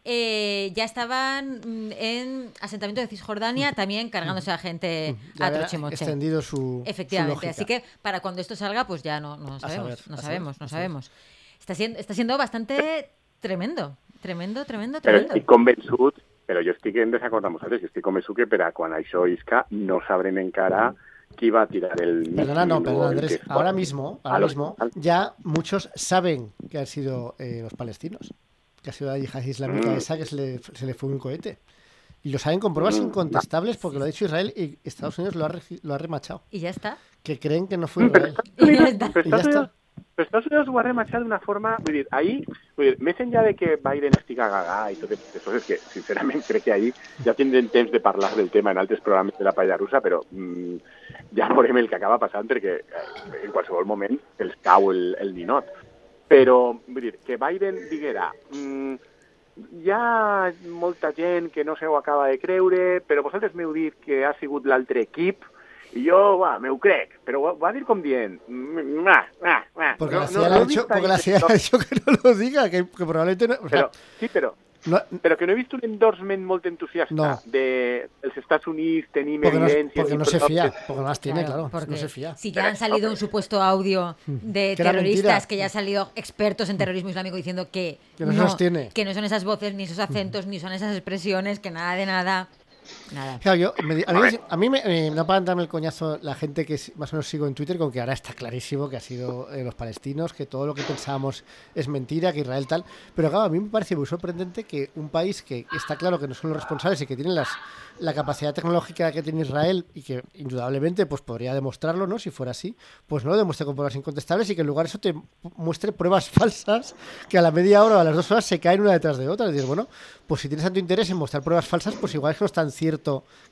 eh, ya estaban mm, en asentamiento de Mm. Cisjordania también cargándose a gente eh, ya a habrá troche-moche. extendido su su Efectivamente, lógica. así que para cuando esto salga, pues ya no, no sabemos, saber, no a sabemos, saber, no a saber. sabemos. Está siendo, está siendo bastante tremendo, tremendo, tremendo, Però tremendo. estic convençut, però jo estic en desacord amb vosaltres, jo estic convençut que per a quan això isca no sabrem encara qui va tirar el... Perdona, no, míssil o perdona, el Andrés. que fora. Ahora mismo, A ahora los- mismo, al- ya muchos saben que han sido eh, los palestinos, que ha sido la yihad islámica Mm. esa que se le, se le fue un cohete. Y lo saben con pruebas Mm. incontestables porque lo ha dicho Israel y Estados Unidos lo ha, regi- lo ha remachado. Y ya está. Mm, Que creen que no fue Israel. Y ya está. Però Y ya Estados está. Unidos- Però Estados Unidos ho ha rematxat d'una forma... Vull dir, ahir, vull dir, més enllà de que Biden estiga gaga i tot aquestes coses, que sincerament crec que ahir ja tindrem temps de parlar del tema en altres programes de la Pallarusa, però mm, ja veurem el que acaba passant perquè eh, en qualsevol moment els cau el, el ninot. Però, vull dir, que Biden diguera... Mm, hi ha molta gent que no se ho acaba de creure, però vosaltres m'heu dit que ha sigut l'altre equip, i jo, va, me ho crec, però ho va dir com dient... mm, ah, ah, ah. Porque No- la no- CIA le no ha he dicho, vist porque la ahí- CIA le no, ha dicho que no lo diga, que, que probablemente no. o sea, Però, sí, però, no- però que no he vist un endorsement molt entusiasta No. de els Estats Units tenim porque no, evidència... porque no se fía, porque no las tiene, claro, porque no se fía. Si ya han salido un supuesto audio de Que era terroristas, mentira. que ya han salido expertos en terrorismo islámico diciendo que, Que no se sostiene. que no son esas voces, ni esos acentos, ni son esas expresiones, que nada de nada. Nada. Claro, yo, me di- a mí, me- a mí me, eh, no paran de darme el coñazo la gente que si- más o menos sigo en Twitter con que ahora está clarísimo que ha sido eh, los palestinos, que todo lo que pensábamos es mentira, que Israel tal. Pero claro, a mí me parece muy sorprendente que un país que está claro que no son los responsables y que tienen las, la capacidad tecnológica que tiene Israel y que indudablemente pues podría demostrarlo, ¿no? Si fuera así, pues no lo demuestre con pruebas incontestables y que en lugar de eso te muestre pruebas falsas que a la media hora o a las dos horas se caen una detrás de otra. Y dices, bueno, pues si tienes tanto interés en mostrar pruebas falsas, pues igual es que no es tan cierto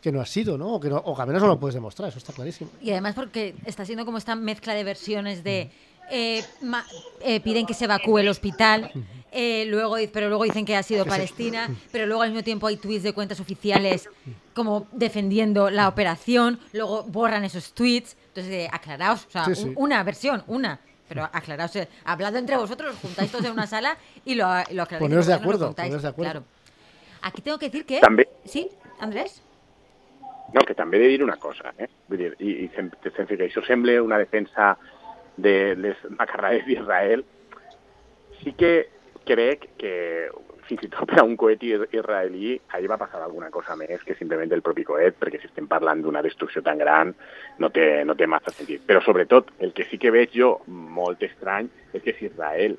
que no ha sido, ¿no? O que, no, o que al menos no lo puedes demostrar, eso está clarísimo. Y además porque está siendo como esta mezcla de versiones de eh, ma- eh, piden que se evacúe el hospital, eh, luego, di- pero luego dicen que ha sido Palestina, pero luego al mismo tiempo hay tweets de cuentas oficiales como defendiendo la operación, luego borran esos tweets, entonces eh, aclaraos, o sea, Sí, sí. un- una versión, una. Pero aclaraos, eh, hablad entre vosotros, os juntáis todos en una sala y lo, y lo aclaráis. Poneros porque no de lo acuerdo, contáis, poneros de acuerdo. claro. Aquí tengo que decir que... También- ¿Sí, Andrés? No, que també he de dir una cosa, eh? Vull dir, i, i sem, sem, que això sembla una defensa de les macarrades d'Israel, sí que crec que fins i tot per a un coet is- israelí ahir va passar alguna cosa més que simplement del propi coet, perquè si estem parlant d'una destrucció tan gran no té, no té massa sentit. Però sobretot, el que sí que veig jo molt estrany és que si Israel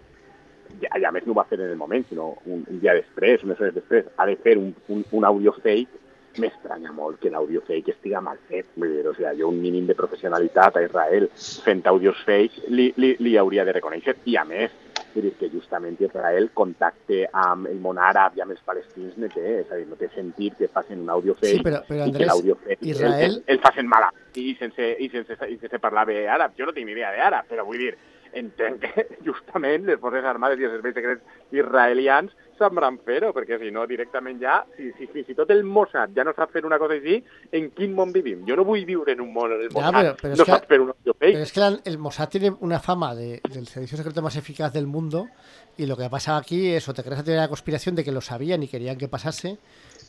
ja, i a més no ho va fer en el moment, sinó un, un dia després, unes hores després, ha de fer un, un, un audio fake, m'estranya molt que l'audio fake estiga mal fet. Vull dir, o sigui, jo un mínim de professionalitat a Israel fent audios fake li, li, li hauria de reconèixer. I a més, vull dir que justament Israel contacte amb el món àrab i amb els palestins no té, és a dir, no té sentit que facin un audio fake Sí, però- però, i Andrés, que l'audio fake Israel- el, el, el facin mal i sense, i, sense, i sense parlar bé àrab. Jo no tinc ni idea d'àrab, però vull dir, entenc que justament les forces armades i els serveis secrets israelians sabran fer-ho, perquè si no directament ja, si, si fins i tot el Mossad ja no sap fer una cosa així, en quin món vivim? Jo no vull viure en un món on el Ja, Mossad però- però és no que- sap fer un audio Pero fake. es que la- el Mossad tiene una fama de- del servicio secreto más eficaz del mundo y lo que ha pasado aquí es o te crees la teoría de la conspiración de que lo sabían y querían que pasase,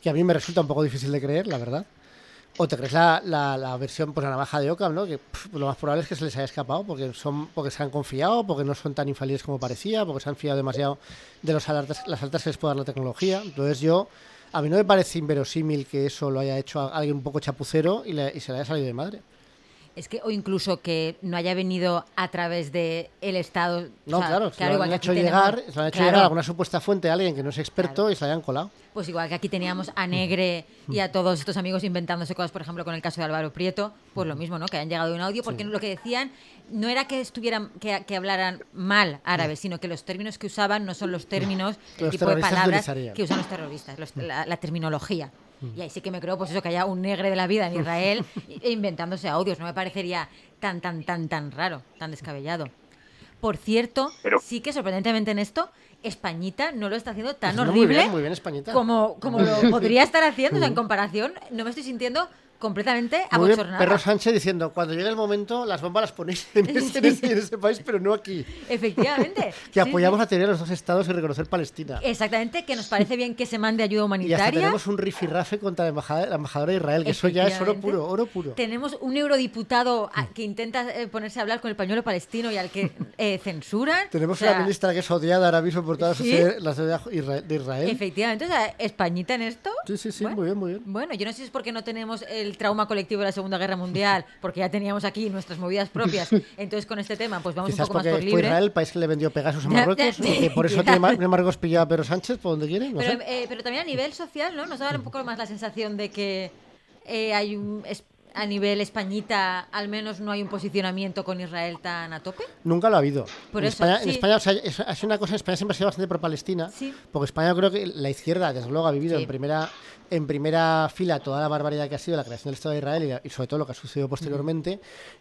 que a mí me resulta un poco difícil de creer, la verdad. O te crees la, la, la versión, pues la navaja de Ockham, ¿no? Que pff, lo más probable es que se les haya escapado porque son porque se han confiado, porque no son tan infalibles como parecía, porque se han fiado demasiado de los alertas, las altas que les puede dar la tecnología. Entonces yo, a mí no me parece inverosímil que eso lo haya hecho a- alguien un poco chapucero y, le- y se le haya salido de madre. Es que, o incluso que no haya venido a través de el Estado. o No, sea, claro, se lo igual han que hecho aquí llegar, tenemos- se lo han hecho claro, llegar a alguna supuesta fuente de alguien que no es experto Claro. y se la hayan colado. Pues igual que aquí teníamos Mm. a Negre y a todos estos amigos inventándose cosas, por ejemplo, con el caso de Álvaro Prieto, pues Mm. lo mismo, ¿no? Que han llegado de un audio, porque lo que decían no era que estuvieran, que, que hablaran mal árabe, sino que los términos que usaban no son los términos, Mm. Que el tipo los de terroristas palabras utilizarían. Mm. que usan los terroristas, los- la, la terminología. Y ahí sí que me creo, pues eso, que haya un negre de la vida en Israel e- inventándose audios. No me parecería tan, tan, tan, tan raro, tan descabellado. Por cierto, Pero- sí que sorprendentemente en esto, Españita no lo está haciendo tan Haciendo horrible Pues Muy bien, muy bien, Españita. como, como lo podría estar haciendo, o sea, en comparación, no me estoy sintiendo completamente Muy bien, abochornada. Perro Sánchez diciendo, cuando llegue el momento, las bombas las ponéis en ese, en ese- en ese país, pero no aquí. Efectivamente. Sí, Que apoyamos sí. la teoría de los dos estados y reconocer Palestina. Exactamente, que nos parece bien que se mande ayuda Y hasta humanitaria. tenemos un rifirrafe contra la embajada, la embajadora de Israel, que eso ya es oro Efectivamente. puro, oro puro. Tenemos un eurodiputado a- que intenta eh, ponerse a hablar con el pañuelo palestino y al que eh, censuran. Tenemos O sea, una ministra que es odiada ahora mismo por todas ¿Sí? las teorías isra- de Israel. Efectivamente, o sea, Españita en esto. Sí, sí, sí, Bueno. muy bien, muy bien. Bueno, yo no sé si es porque no tenemos el trauma colectivo de la Segunda Guerra Mundial, porque ya teníamos aquí nuestras movidas propias. Entonces, con este tema, pues vamos Quizás un poco porque más por fue libre. Israel el país que le vendió Pegasus a Ya, ya, Marruecos, sí, y que por eso ya. tiene Mar- Marruecos pillado a Pedro Sánchez por donde quiere, no sé. Pero, eh, pero también a nivel social, ¿no? Nos da un poco más la sensación de que eh, hay un, es- a nivel españita al menos no hay un posicionamiento con Israel tan a tope? Nunca lo ha habido. Por en, eso, España, en sí. España, o sea, es, ha sido una cosa, en España siempre ha sido bastante pro-Palestina, Sí. porque España yo creo que la izquierda, desde luego, ha vivido Sí. en primera en primera fila toda la barbaridad que ha sido la creación del Estado de Israel y, la- y sobre todo lo que ha sucedido posteriormente.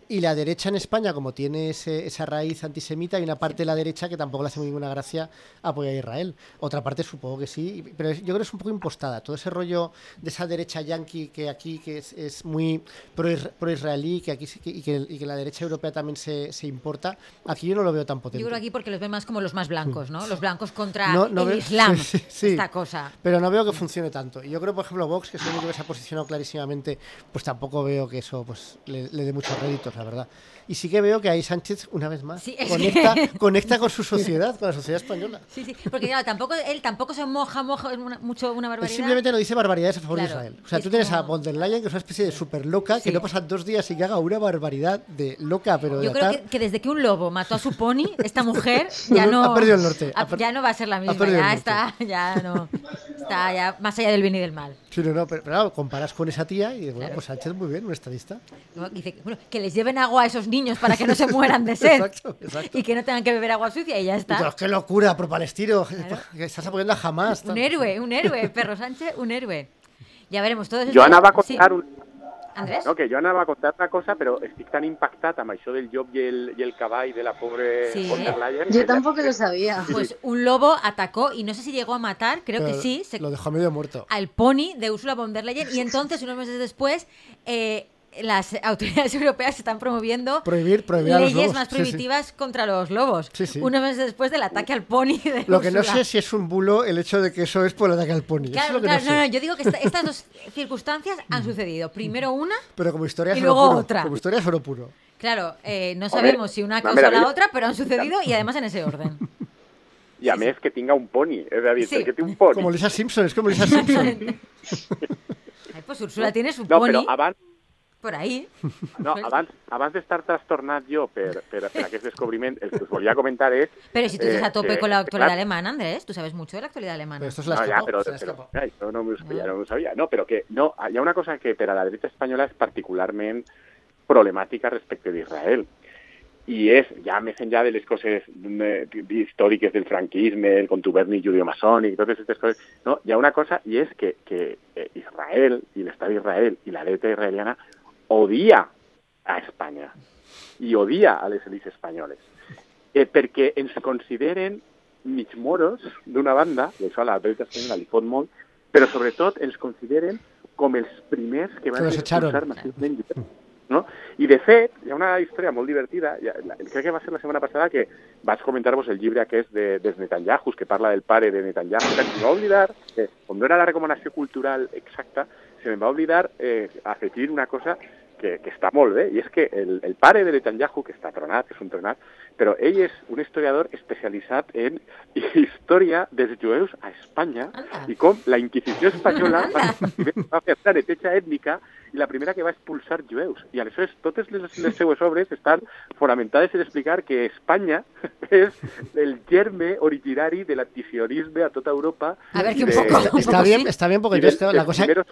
Y la derecha en España, como tiene ese- esa raíz antisemita, hay una parte de la derecha que tampoco le hace ninguna gracia apoyar a Israel. Otra parte supongo que sí, y- pero es- yo creo que es un poco impostada. Todo ese rollo de esa derecha yanqui que aquí que es, es muy pro- pro-israelí que aquí sí que- y, que, y que la derecha europea también se, se importa, aquí yo no lo veo tan potente. Yo creo aquí porque los ven más como los más blancos, ¿no? Los blancos contra No, no el veo- Islam. sí, sí. Esta cosa. Pero no veo que funcione tanto. Y yo creo, por ejemplo, Vox, que es el único que se ha posicionado clarísimamente, pues tampoco veo que eso pues le, le dé muchos réditos, la verdad. Y sí que veo que ahí Sánchez, una vez más, Sí, es conecta, que- conecta con su sociedad, con la sociedad española. Sí, sí, porque claro, tampoco, él tampoco se moja, moja en una- mucho una Él barbaridad. simplemente no dice barbaridades a favor de Claro, Israel. O sea, es tú tienes a como- von der Leyen, que es una especie de super loca, que Sí. no pasa dos días sin que haga una barbaridad de loca, pero de Yo creo atar. que, que desde que un lobo mató a su pony, esta mujer ya no. Ha perdido el norte, ha- ha per- ya no va a ser la ha misma. perdido el Ya norte. está, ya no. Está ya más allá del bien y del mal. Sí, no, no, pero, pero claro, comparas con esa tía y bueno, Claro. pues Sánchez muy bien, un estadista. No, dice, bueno, que les lleven agua a esos niños para que no se mueran de sed. Exacto, exacto. Y que no tengan que beber agua sucia y ya Y dices, está. ¡Qué locura pro palestino! Estás apoyando a jamás. Un héroe, un héroe, perro Sánchez, un héroe. Ya veremos todos. Joana va a Sí. contar un, Andrés. No, que Joana va a contar una cosa, però estic tan impactat amb això del job i el, i el cavall de la pobre Sí. von der Leyen. que Yo ja- tampoco lo sabía. Pues un lobo atacó y no sé si llegó a matar, creo que Pero sí, se- Eh, Ah, Lo dejó medio muerto. al pony de Ursula von der Leyen. Y entonces, unos meses después, eh, las autoridades europeas están promoviendo Prohibir, prohibir a los leyes lobos. más Sí, sí. prohibitivas contra los lobos. Sí, sí. Unos meses después del ataque al pony de Lo que no Ursula. sé es si es un bulo el hecho de que eso es por el ataque al pony. eso es Claro, lo que claro, no no, sé. no, yo digo que esta- estas dos circunstancias han sucedido. Primero una, Pero como historia Y es oro luego puro. otra. Como historia es oro puro. claro, eh, no Hombre, sabemos si una una cosa o la maravilla. otra, pero han sucedido y además en ese orden. I a més que tinga un poni, és a dir, Sí. sí. que té un poni. Como Lisa Simpson, es como Lisa Simpson. Ay, pues Ursula tiene su No, ah, pony però abans, por ahí. no, abans, abans d'estar trastornat jo per, per, per aquest descobriment, el que us volia comentar és... Pero si tú estás eh, a tope que, con la actualidad clar, alemana, Andrés, tú sabes mucho de la actualidad alemana. Pero esto se la No, ya, escapó. pero, se la pero- eh, escapó. ai, no, no m'ho sabia, Ah. no m'ho sabia. No, però que no, hi ha una cosa que per a la dreta espanyola és particularment problemàtica respecte d'Israel. I és, ja més enllà de les coses eh, històriques del franquisme, el contuberni judio-maçònic, totes aquestes coses, no, hi ha una cosa i és que, que eh, Israel i l'estat d'Israel i la dreta israeliana odia a Espanya i odia a les elites espanyoles eh, perquè ens consideren mig moros, d'una banda, i això a la dreta espanyola li fot molt, però sobretot ens consideren com els primers que Que van los echaron. expulsar massivament jueus, no? I de fet, hi ha una història molt divertida, ja- la- crec que va ser la setmana passada que vaig comentar-vos el llibre aquest de, dels Netanyahus, que parla del pare de Netanyahu, que em va oblidar, eh, com no era la recomanació cultural exacta, se me'n va oblidar eh, afegir una cosa que, que està molt bé, i és que el, el pare de Netanyahu, que està tronat, és un tronat, però ell és un historiador especialitzat en història dels jueus a Espanya Anda. i com la Inquisició espanyola va, va fer la neteja ètnica i la primera que va expulsar jueus. I aleshores totes les, les seues obres estan fonamentades en explicar que Espanya és el germe originari de l'antisionisme a tota Europa. A ver, i que un de- poco- un Está poco bien, sí. está bien, porque i entonces claro, dels la cosa, primeros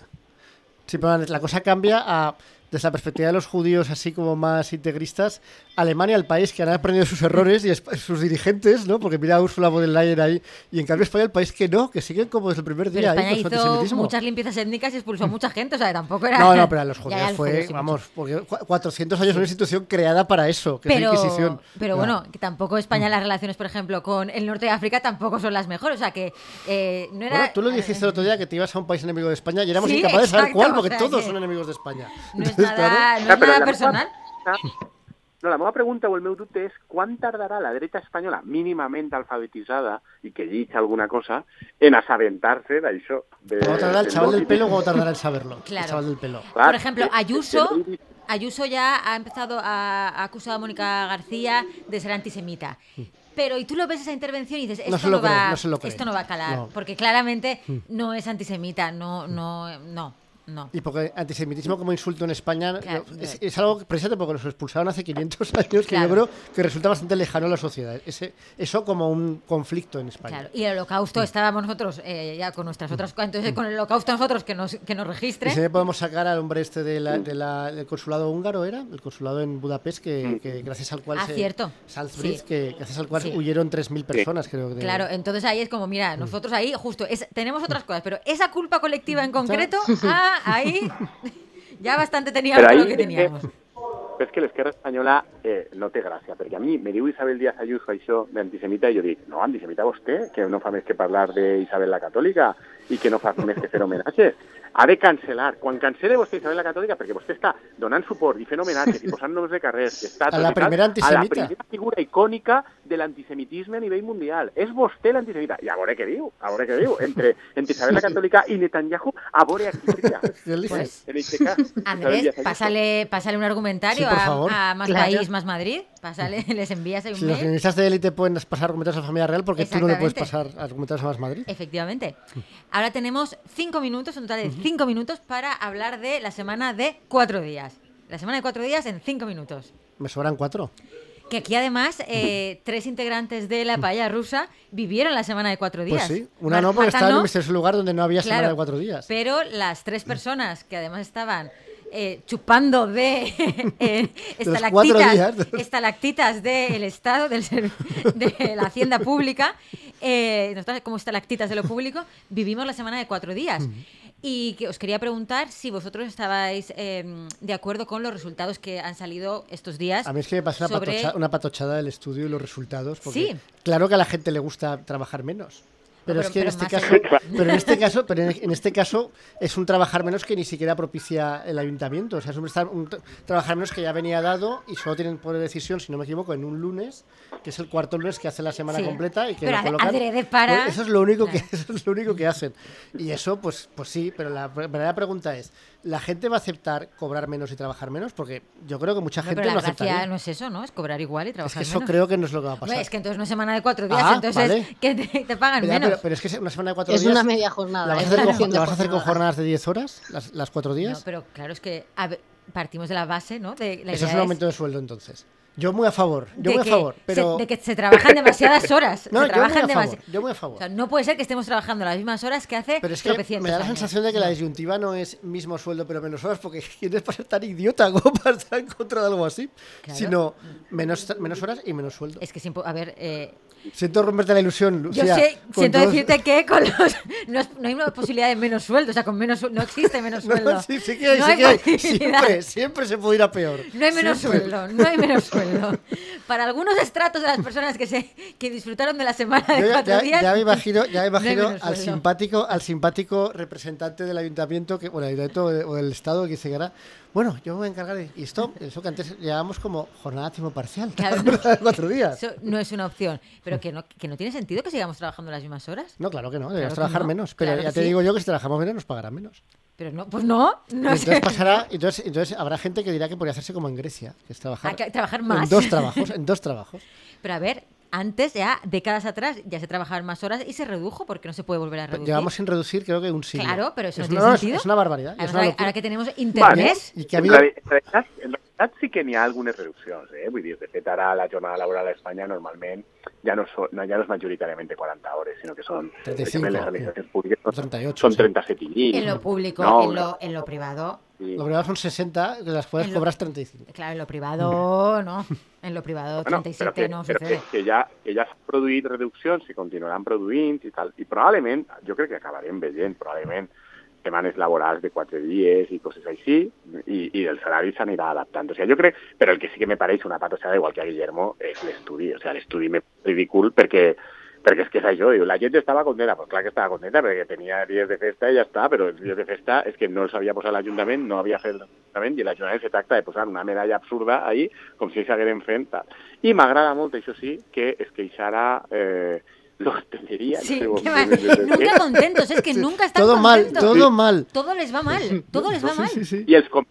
sí, pero la cosa cambia a, desde la perspectiva de los judíos, así como más integristas, Alemania, el país que han aprendido sus errores y esp- sus dirigentes, ¿no? Porque mira a Ursula von der Leyen ahí, y en cambio España, el país que no, que siguen como desde el primer Pero día ahí España con su hizo antisemitismo. Mm. muchas limpiezas étnicas y expulsó a mucha gente, o sea, tampoco era... No, no, pero a los Ya, judíos ya, a los fue, judíos sí, vamos, porque cua- 400 años de una institución creada para eso, que pero, es la Inquisición. Mm. pero Claro. bueno, que tampoco España, las relaciones, por ejemplo, con el norte de África tampoco son las mejores. O sea que eh, no era. Bueno, tú lo dijiste el otro día que te ibas a un país enemigo de España y éramos Sí, incapaces de saber exacto, cuál, porque o sea todos que- son enemigos de España. No es Entonces, nada, claro, no es Clar, però nada Ah, la personal. meva pregunta- No, la meva pregunta o el meu dubte és quan tardarà la dreta espanyola mínimament alfabetitzada i que llitja alguna cosa en assabentar-se d'això. de- ¿Cómo tardará el del chaval Eh, no del pelo dividir. cómo tardará en saberlo? Claro. El chaval del pelo. Clar, Por ejemplo, és- és Ayuso, el iris. Ayuso ya ha empezado a, ha acusado a Mónica García de ser antisemita. Pero y tú lo ves esa intervención y dices, Mm. No esto se no, lo creen, va, no Mm. se lo creen. esto no va a calar, No. porque claramente no es antisemita, no, no, no. No. Y porque antisemitismo como insulto en España Claro, no, es, claro. es algo precisamente porque los expulsaron hace 500 años que Claro. yo creo que resulta bastante lejano a la sociedad. Ese, eso como un conflicto en España. Claro, y el Mm. holocausto estábamos nosotros eh, ya con nuestras otras cosas. Entonces, con el holocausto nosotros que nos, que nos Y registre. si le podemos sacar al hombre este de la- de la- del consulado húngaro, ¿era? El consulado en Budapest, que, que gracias al cual Ah, se- cierto. Salzburg, Sí. que gracias al cual Sí. huyeron 3.000 personas, creo. De, Mm. Claro, entonces ahí es como, mira, nosotros ahí justo es- tenemos otras cosas, pero esa culpa colectiva Mm. en concreto, ah, ahí ya bastante teníamos Pero con ahí lo que es que- teníamos. Però és que l'esquerra espanyola eh, no té gràcia, perquè a mi me diu Isabel Díaz Ayuso això d'antisemita i jo dic, no, antisemita vostè, que no fa més que parlar d'Isabel la Catòlica i que no fa més que fer homenatges. Ha de cancel·lar. Quan cancele vostè Isabel la Catòlica, perquè vostè està donant suport i fent homenatges i posant noms de carrer, que està A la primera a la antisemita. primera figura icònica de l'antisemitisme a nivell mundial. És vostè l'antisemita. I a veure què diu, a veure què diu. Entre, entre Isabel la Catòlica i Netanyahu, a veure a qui brilla. ¿Qué eliges? Pues, En este caso, Isabel Andrés, Díaz Ayuso. pásale, pásale un argumentario Sí, por a- favor. a, Más Claro. País, Más Madrid, pásale, les envías ahí un si los mail. guionistas de élite pueden pasar argumentos a la familia real, porque tú no le puedes pasar Exactamente. Eh, argumentos a más Madrid. Efectivamente. Ahora tenemos cinco minutos, un total de cinco minutos, para hablar de la semana de cuatro días. La semana de cuatro días en cinco minutos. Me sobran cuatro. Que aquí además eh, tres integrantes de la paella rusa vivieron la semana de cuatro días. Pues sí, una Mar- no, porque Marta estaba en no, un misterioso lugar donde no había semana claro, de cuatro días. Pero las tres personas que además estaban eh, chupando de eh, cuatro estalactitas, días. estalactitas del Estado, del servi- de la Hacienda Pública, eh, nosotras como estalactitas de lo público, vivimos la semana de cuatro días. Y que os quería preguntar si vosotros estabais eh, de acuerdo con los resultados que han salido estos días. A mí es que me pasa una, sobre- patocha- una patochada del estudio y los resultados. Porque Sí. Claro que a la gente le gusta trabajar menos. Pero, Pero- es que pero en este más caso, seguro. pero en este caso, pero en en este caso es un trabajar menos que ni siquiera propicia el ayuntamiento. O sea, es un, tra- un tra- trabajar menos que ya venía dado y solo tienen poder de decisión, si no me equivoco, en un lunes, que es el cuarto lunes que hace la semana Sí. completa y que Pero lo ad- colocan. adrede para- Eso es lo único Claro. que eso es lo único que hacen. Y eso, pues, pues sí. Pero la pre- verdadera pregunta es, ¿la gente va a aceptar cobrar menos y trabajar menos? Porque yo creo que mucha No, gente pero no la gracia aceptaría. no es eso, ¿no? Es cobrar igual y Es trabajar que eso menos. creo que no es lo que va a Hombre, pasar. es que entonces no es semana de cuatro días, Ah, entonces vale. que te, te pagan Ya, menos. pero, pero es que se- una semana de cuatro Es días. una media ¿La jornada. vas a es hacer, una con, media la vas a hacer con jornada. jornadas de 10 horas? ¿Las, las cuatro días? No, pero claro, es que a ver, partimos de la base, ¿no? De, la Eso idea es un aumento de sueldo entonces. Yo muy a favor. de Yo muy a que favor. se- Pero. de que se trabajan demasiadas horas. No, se yo muy a trabajan favor. demasi- Yo muy a O sea, favor. no puede ser que estemos trabajando las mismas horas que hace Pero es que tropecientos me da la años. sensación de que la disyuntiva no es mismo sueldo pero menos horas, porque ¿quién es para ser tan idiota como para estar en contra de algo así? Claro. Sino menos, menos horas y menos sueldo. Es que siempre, a ver, eh, Siento romperte la ilusión, yo Lucía. sé, con siento todos- decirte que con los, no, es- no hay una posibilidad de menos sueldo, o sea, con menos suel- no existe menos No, sueldo. sí, sí que hay, No sí hay que hay. posibilidad. Siempre, siempre se puede ir a peor. No hay menos Siempre. sueldo, no hay menos sueldo. Para algunos estratos de las personas que se que disfrutaron de la semana de Yo ya, cuatro ya- días, ya me imagino, ya me No hay imagino menos al sueldo. simpático, al simpático representante del ayuntamiento que, o del ayuntamiento o de- o del estado que se hará. Bueno, yo me voy a encargar de y esto, eso que antes llevábamos como jornada a tiempo parcial, Claro. jornada de cuatro días. eso no es una opción. Pero que no, que no tiene sentido que sigamos trabajando las mismas horas. No, claro que no, debemos que trabajar no, menos. Pero claro ya que te sí. digo yo que si trabajamos menos nos pagarán menos. Pero no, pues no, Y no entonces sé. pasará, entonces, entonces habrá gente que dirá que podría hacerse como en Grecia, que es trabajar, Hay Ah, que trabajar en más. dos trabajos, en dos trabajos. Pero a ver, antes ya, décadas atrás, ya se trabajaban más horas y se redujo porque no se puede volver a reducir. Llevamos sin reducir creo que un siglo. Claro, pero eso es, no tiene una- es- sentido. es una barbaridad. es Además, una ahora, locura. ahora que tenemos internet, Y que ha en, habido- reali- en realitat, en realitat sí que n'hi ha algunes reduccions, eh? Vull dir, de fet, ara la jornada laboral a Espanya normalment ja no, so, no, ja no és majoritàriament de 40 hores, sinó que són... 35, les administracions públiques són, 38, sí. són 37 i mig. en lo público, No, en, no, lo, en lo privado, sí. Lo primero son 60, de las cuales En lo- cobras 35. claro, en lo privado no, en lo privado Bueno, 37 però que, no però que, sucede. que, ja, que ja s'han produït reduccions i continuaran produint i tal. I probablement, jo crec que acabarem veient, probablement, setmanes laborals de quatre dies i coses així, i, i el salari s'anirà adaptant. O sigui, jo crec, però el que sí que me pareix una patossada, igual que a Guillermo, és l'estudi. O sigui, l'estudi me pareix ridícul perquè perquè és que és això, diu, la gent estava contenta, pues clar que estava contenta perquè tenia dies de festa i ja està, però els dies de festa és que no els havia posat l'Ajuntament, no havia fet l'Ajuntament i l'Ajuntament se tracta de posar una medalla absurda ahí com si s'hagueren fent tal. I m'agrada molt, això sí, que es queixara eh, l'hostaleria. Sí, no sé, qué vos- mal. eh, Nunca contentos, es que nunca están Todo mal, contentos. todo mal. Todo les va mal, todo les va mal. sí, sí. I els, com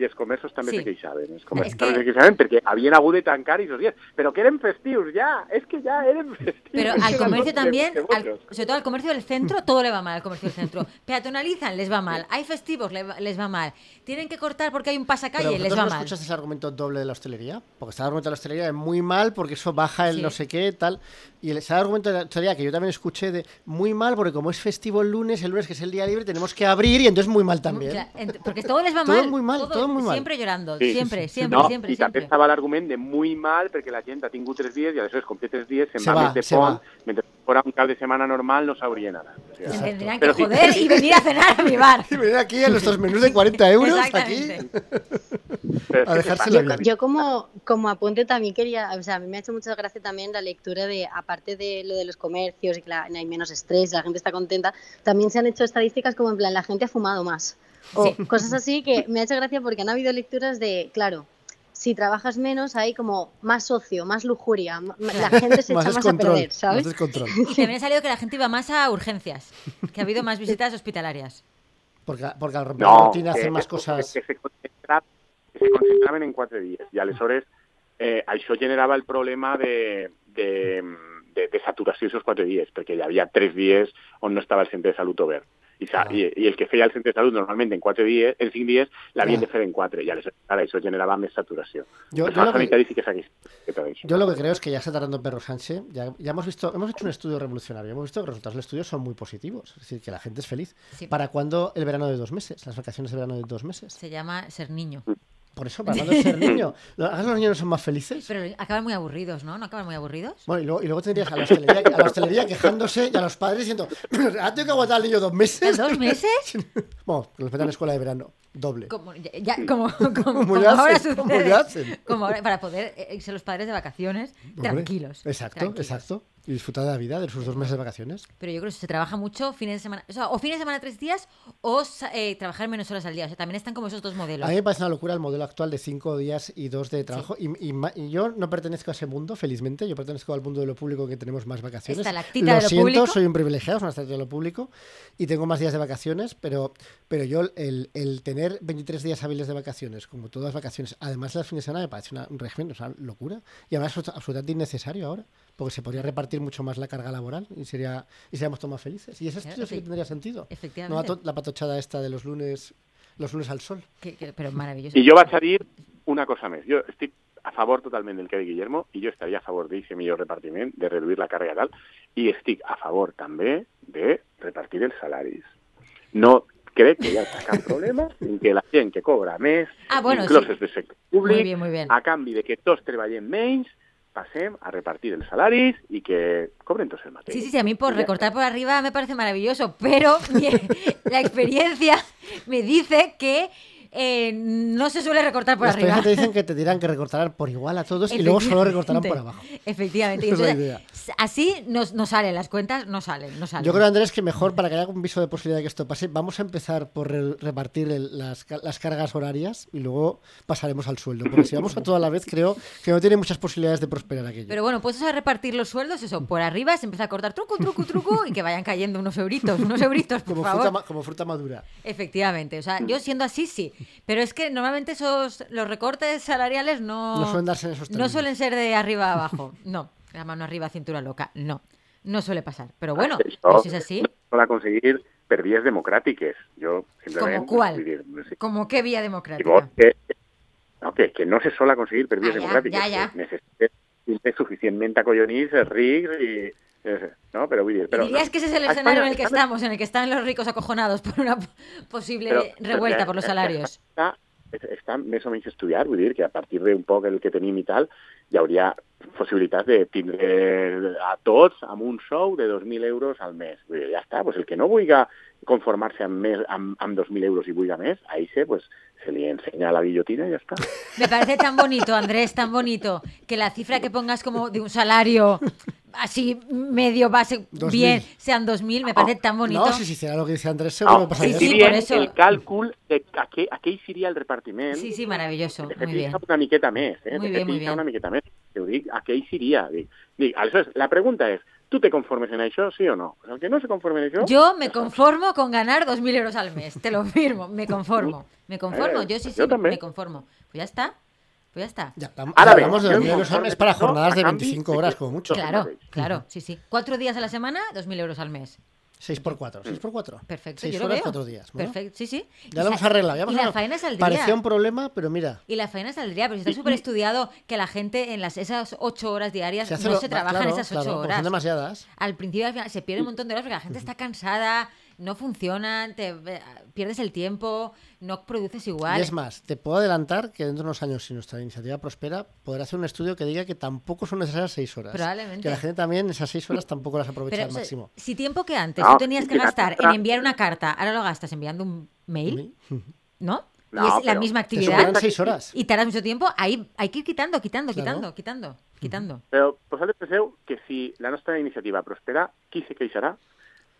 i els comerços també Sí. sí. se queixaven. Els comerços És que- que... també se queixaven perquè havien hagut de tancar i els dies. Però que eren festius ja, és que ja eren festius. Pero al comercio también, Que al- vosotros. sobre todo al comercio del centro, todo le va mal al comercio del centro. Peatonalizan, les va mal. Hay festivos, le va- les va mal. Tienen que cortar porque hay un Pero pasacalle, les ¿vosotros va no mal. escuchas ese argumento doble de la hostelería? Porque está el argumento de la hostelería de muy mal porque eso baja el Sí. no sé qué, tal. Y el- ese argumento de la hostelería que yo también escuché de muy mal porque como es festivo el lunes, el lunes que es el día libre, tenemos que abrir y entonces muy mal también. Claro, ent- Porque todo les va Todo mal. muy mal, todo muy mal. Siempre llorando, Sí. siempre, siempre, no, siempre. I també siempre. estava l'argument de muy mal perquè la gent ha tingut tres dies i aleshores com té tres dies se'n Se se va, va, més de se pont. va. Mentre fora un cap de setmana normal no s'haurien anat. O Se sigui, tendrían que Pero sí. joder y venir a cenar a mi bar. Y venir aquí a nuestros menús de 40 euros, aquí. Exactamente. però és A que dejarse se la passa vida. Yo como, como apunte también quería, o sea, a mí me ha hecho mucha gracia también la lectura de, aparte de lo de los comercios y que la- hay menos estrés, la gente está contenta, también se han hecho estadísticas como en plan, la gente ha fumado más. O Sí. cosas así que me ha hecho gracia porque han habido lecturas de, claro, si trabajas menos hay como más socio, más lujuria, m- la gente se Más echa más a descontrol. perder, más ¿sabes? descontrol. Y también ha salido que la gente iba más a urgencias, que ha habido más visitas hospitalarias. Porque, porque al romper la No, rutina hacen más que- cosas. Que se, concentra, que se concentraven en quatre dies. I aleshores eh, això generava el problema de, de, de, de saturació aquests quatre dies, perquè hi havia tres dies on no estava el centre de salut obert. I, sa, Ah. i, i el que feia el centre de salut normalment en quatre dies, en cinc dies, l'havien Ja. de fer en quatre. I aleshores, clar, això generava més saturació. Jo- jo lo el personal que- sanitari sí que segueix. Que tal això. Yo lo que creo es que ya está tardando Perro Sánchez. Ya, ya hemos visto, hemos hecho un estudio revolucionario. Hemos visto que los resultados del estudio son muy positivos. Es decir, que la gente es feliz. Sí. ¿Para cuándo el verano de dos meses? Las vacaciones de verano de dos meses. Se llama ser niño. Por eso, para cuándo ser niño. ¿Lo- ¿Acaso los niños no son más felices? Pero acaban muy aburridos, ¿no? ¿No acaban muy aburridos? Bueno, y luego, y luego tendrías a la, hostelería, a la hostelería quejándose y a los padres diciendo, ¿ha tenido que aguantar al niño dos meses? ¿Dos meses? Bueno, que los metan en escuela de verano. Doble. Como, ya- ya- como, como- como le hacen? ahora ¿Cómo sucede. le hacen? Como ahora, para poder eh, irse los padres de vacaciones Hombre, tranquilos. Exacto, tranquilos. exacto. Y disfrutar de la vida de sus dos meses de vacaciones. Pero yo creo que se trabaja mucho fines de semana. O sea, o fines de semana tres días o sa- eh, trabajar menos horas al día. O sea, también están como esos dos modelos. A mí me parece una locura el modelo actual de cinco días y dos de trabajo. Y, y ma- y yo no pertenezco a ese mundo, felizmente. Yo pertenezco al mundo de lo público que tenemos más vacaciones. Está la actita de lo siento, público. soy un privilegiado, soy una estrella de lo público. Y tengo más días de vacaciones, pero, pero yo el, el tener 23 días hábiles de vacaciones, como todas las vacaciones, además de las fines de semana, me parece una, un régimen, o sea, locura. Y además es absolutamente innecesario ahora, porque se podría repartir mucho más la carga laboral y, sería, y seríamos todos más felices. Y ese Claro, estudio sí que sí. tendría sentido. Efectivamente. No la, to- la patochada esta de los lunes, los lunes al sol. Que- que- pero maravilloso. I jo vaig a dir una cosa més. Jo estic a favor totalment del que ha dit Guillermo i jo estaria a favor d'aquest millor repartiment, de reduir la càrrega tal, i estic a favor també de repartir els salaris. No crec que hi hagi cap problema en que la gent que cobra més, Ah, bueno, inclòs sí. els del sector Muy públic, bien, muy bien. a canvi de que tots treballem menys, passem a repartir els salaris i que cobren tots el mateix. Sí, sí, sí, a em mí por I ja recortar por arriba me parece maravilloso, pero mi- la experiencia me dice que eh, no se suele recortar por Las arriba. parejas te dicen que te dirán que recortarán por igual a todos y luego solo recortarán por abajo. Efectivamente, Efectivamente. Y Esa es la entonces, así nos, nos salen las cuentas, no salen, no salen. Yo creo, Andrés, que mejor para que haya un viso de posibilidad de que esto pase, vamos a empezar por re- repartir el- las, ca- las cargas horarias y luego pasaremos al sueldo. Porque si vamos a toda la vez, creo que no tiene muchas posibilidades de prosperar aquello. Pero bueno, pues eso es repartir los sueldos, eso, por arriba se empieza a cortar truco, truco, truco y que vayan cayendo unos euritos, unos euritos, por como, fruta, favor. ma- Mm. como fruta madura. Efectivamente, o sea, yo siendo así sí, pero es que normalmente esos los recortes salariales no, No suelen darse en esos no términos. suelen ser de arriba a abajo, no, la mano arriba, cintura loca, no, no suele pasar, pero bueno, Això pero si es así, No es pot aconseguir per vies democràtiques. Jo, ¿como simplement... cuál? vull dir, no sé, ¿Como qué vía Digo, democrática? que, no, que, que no se sol aconseguir per vies Ah, ja, democràtiques. ja, ja. que Necessites tindre suficientment acollonits, els rics i... eh, No, però vull dir... Però, Dirías que ese es el A escenario en España- el que estamos, en el que están los ricos acojonados por una posible Però- revuelta por los eh, eh, salarios. Està, està més o menys estudiat, vull dir que a partir d'un poc el que tenim i tal, hi hauria possibilitats de tindre a tots amb un sou de 2.000 euros al mes. Vull dir, ja està, pues el que no vulga conformar-se amb, més, amb, amb 2.000 euros i vulga més, a se, pues, se li ensenya la guillotina i ja està. Me parece tan bonito, Andrés, tan bonito, que la cifra que pongas como de un salario así medio base, 2000. bien, sean 2.000, me Oh, parece tan bonito. No, si se hiciera lo que dice Andrés, Ah, seguro que sí, pues, pasaría. sí, estic eso. por dient eso. el càlcul de a què, a què hi seria el repartiment. Sí, sí, maravilloso, De fet, muy bien. lliga una miqueta més, eh? Muy de bien, fet, muy lliga bien. una miqueta més. Te ho dic, a què hi seria? Dic, dic, aleshores, la pregunta és, Tu te conformes en això, sí o no? El que no se conforme en això... Yo me conformo con ganar 2.000 euros al mes, te lo firmo, me conformo. Me conformo, Eh, yo sí, sí, yo también. me conformo. Pues ya está, pues ya está. Ya, tam- Ahora bien, hablamos de yo los me euros al conformo mes para con eso, jornadas de a cambio 25 de que- horas, como mucho. Claro. Claro, claro, sí, sí. Cuatro días a la semana, 2.000 euros al mes. 6x4, 6x4. Perfecto, 6 yo lo horas, veo. 4 días. bueno. Perfecto, sí, sí. Ya Y lo hemos sa- arreglado. Ya y hemos la arreglado. faena saldría. Parecía un problema, pero mira. Y la faena saldría, pero si está súper estudiado que la gente en las, esas ocho horas diarias Se hace no lo- se va- trabajan claro, esas ocho claro, pues porque horas. Son demasiadas. Al principio y al final se pierde un montón de horas porque la gente está cansada, no funciona, te eh, pierdes el tiempo, no produces igual. Y es más, te puedo adelantar que dentro de unos años, si nuestra iniciativa prospera, podrá hacer un estudio que diga que tampoco son necesarias 6 horas. Probablemente. Que la gente también esas 6 horas tampoco las aprovecha Pero, al o sea, máximo. si tiempo que antes No, tú tenías que mira, gastar en otra- enviar una carta, ahora lo gastas enviando un mail, ¿no? No, y es la pero- misma Te sobrarán actividad 6 horas. y tardas mucho tiempo, ahí hay que ir quitando, quitando, Claro. quitando, quitando, quitando. Però vosaltres penseu pues, que si la nostra iniciativa prospera, qui se queixarà?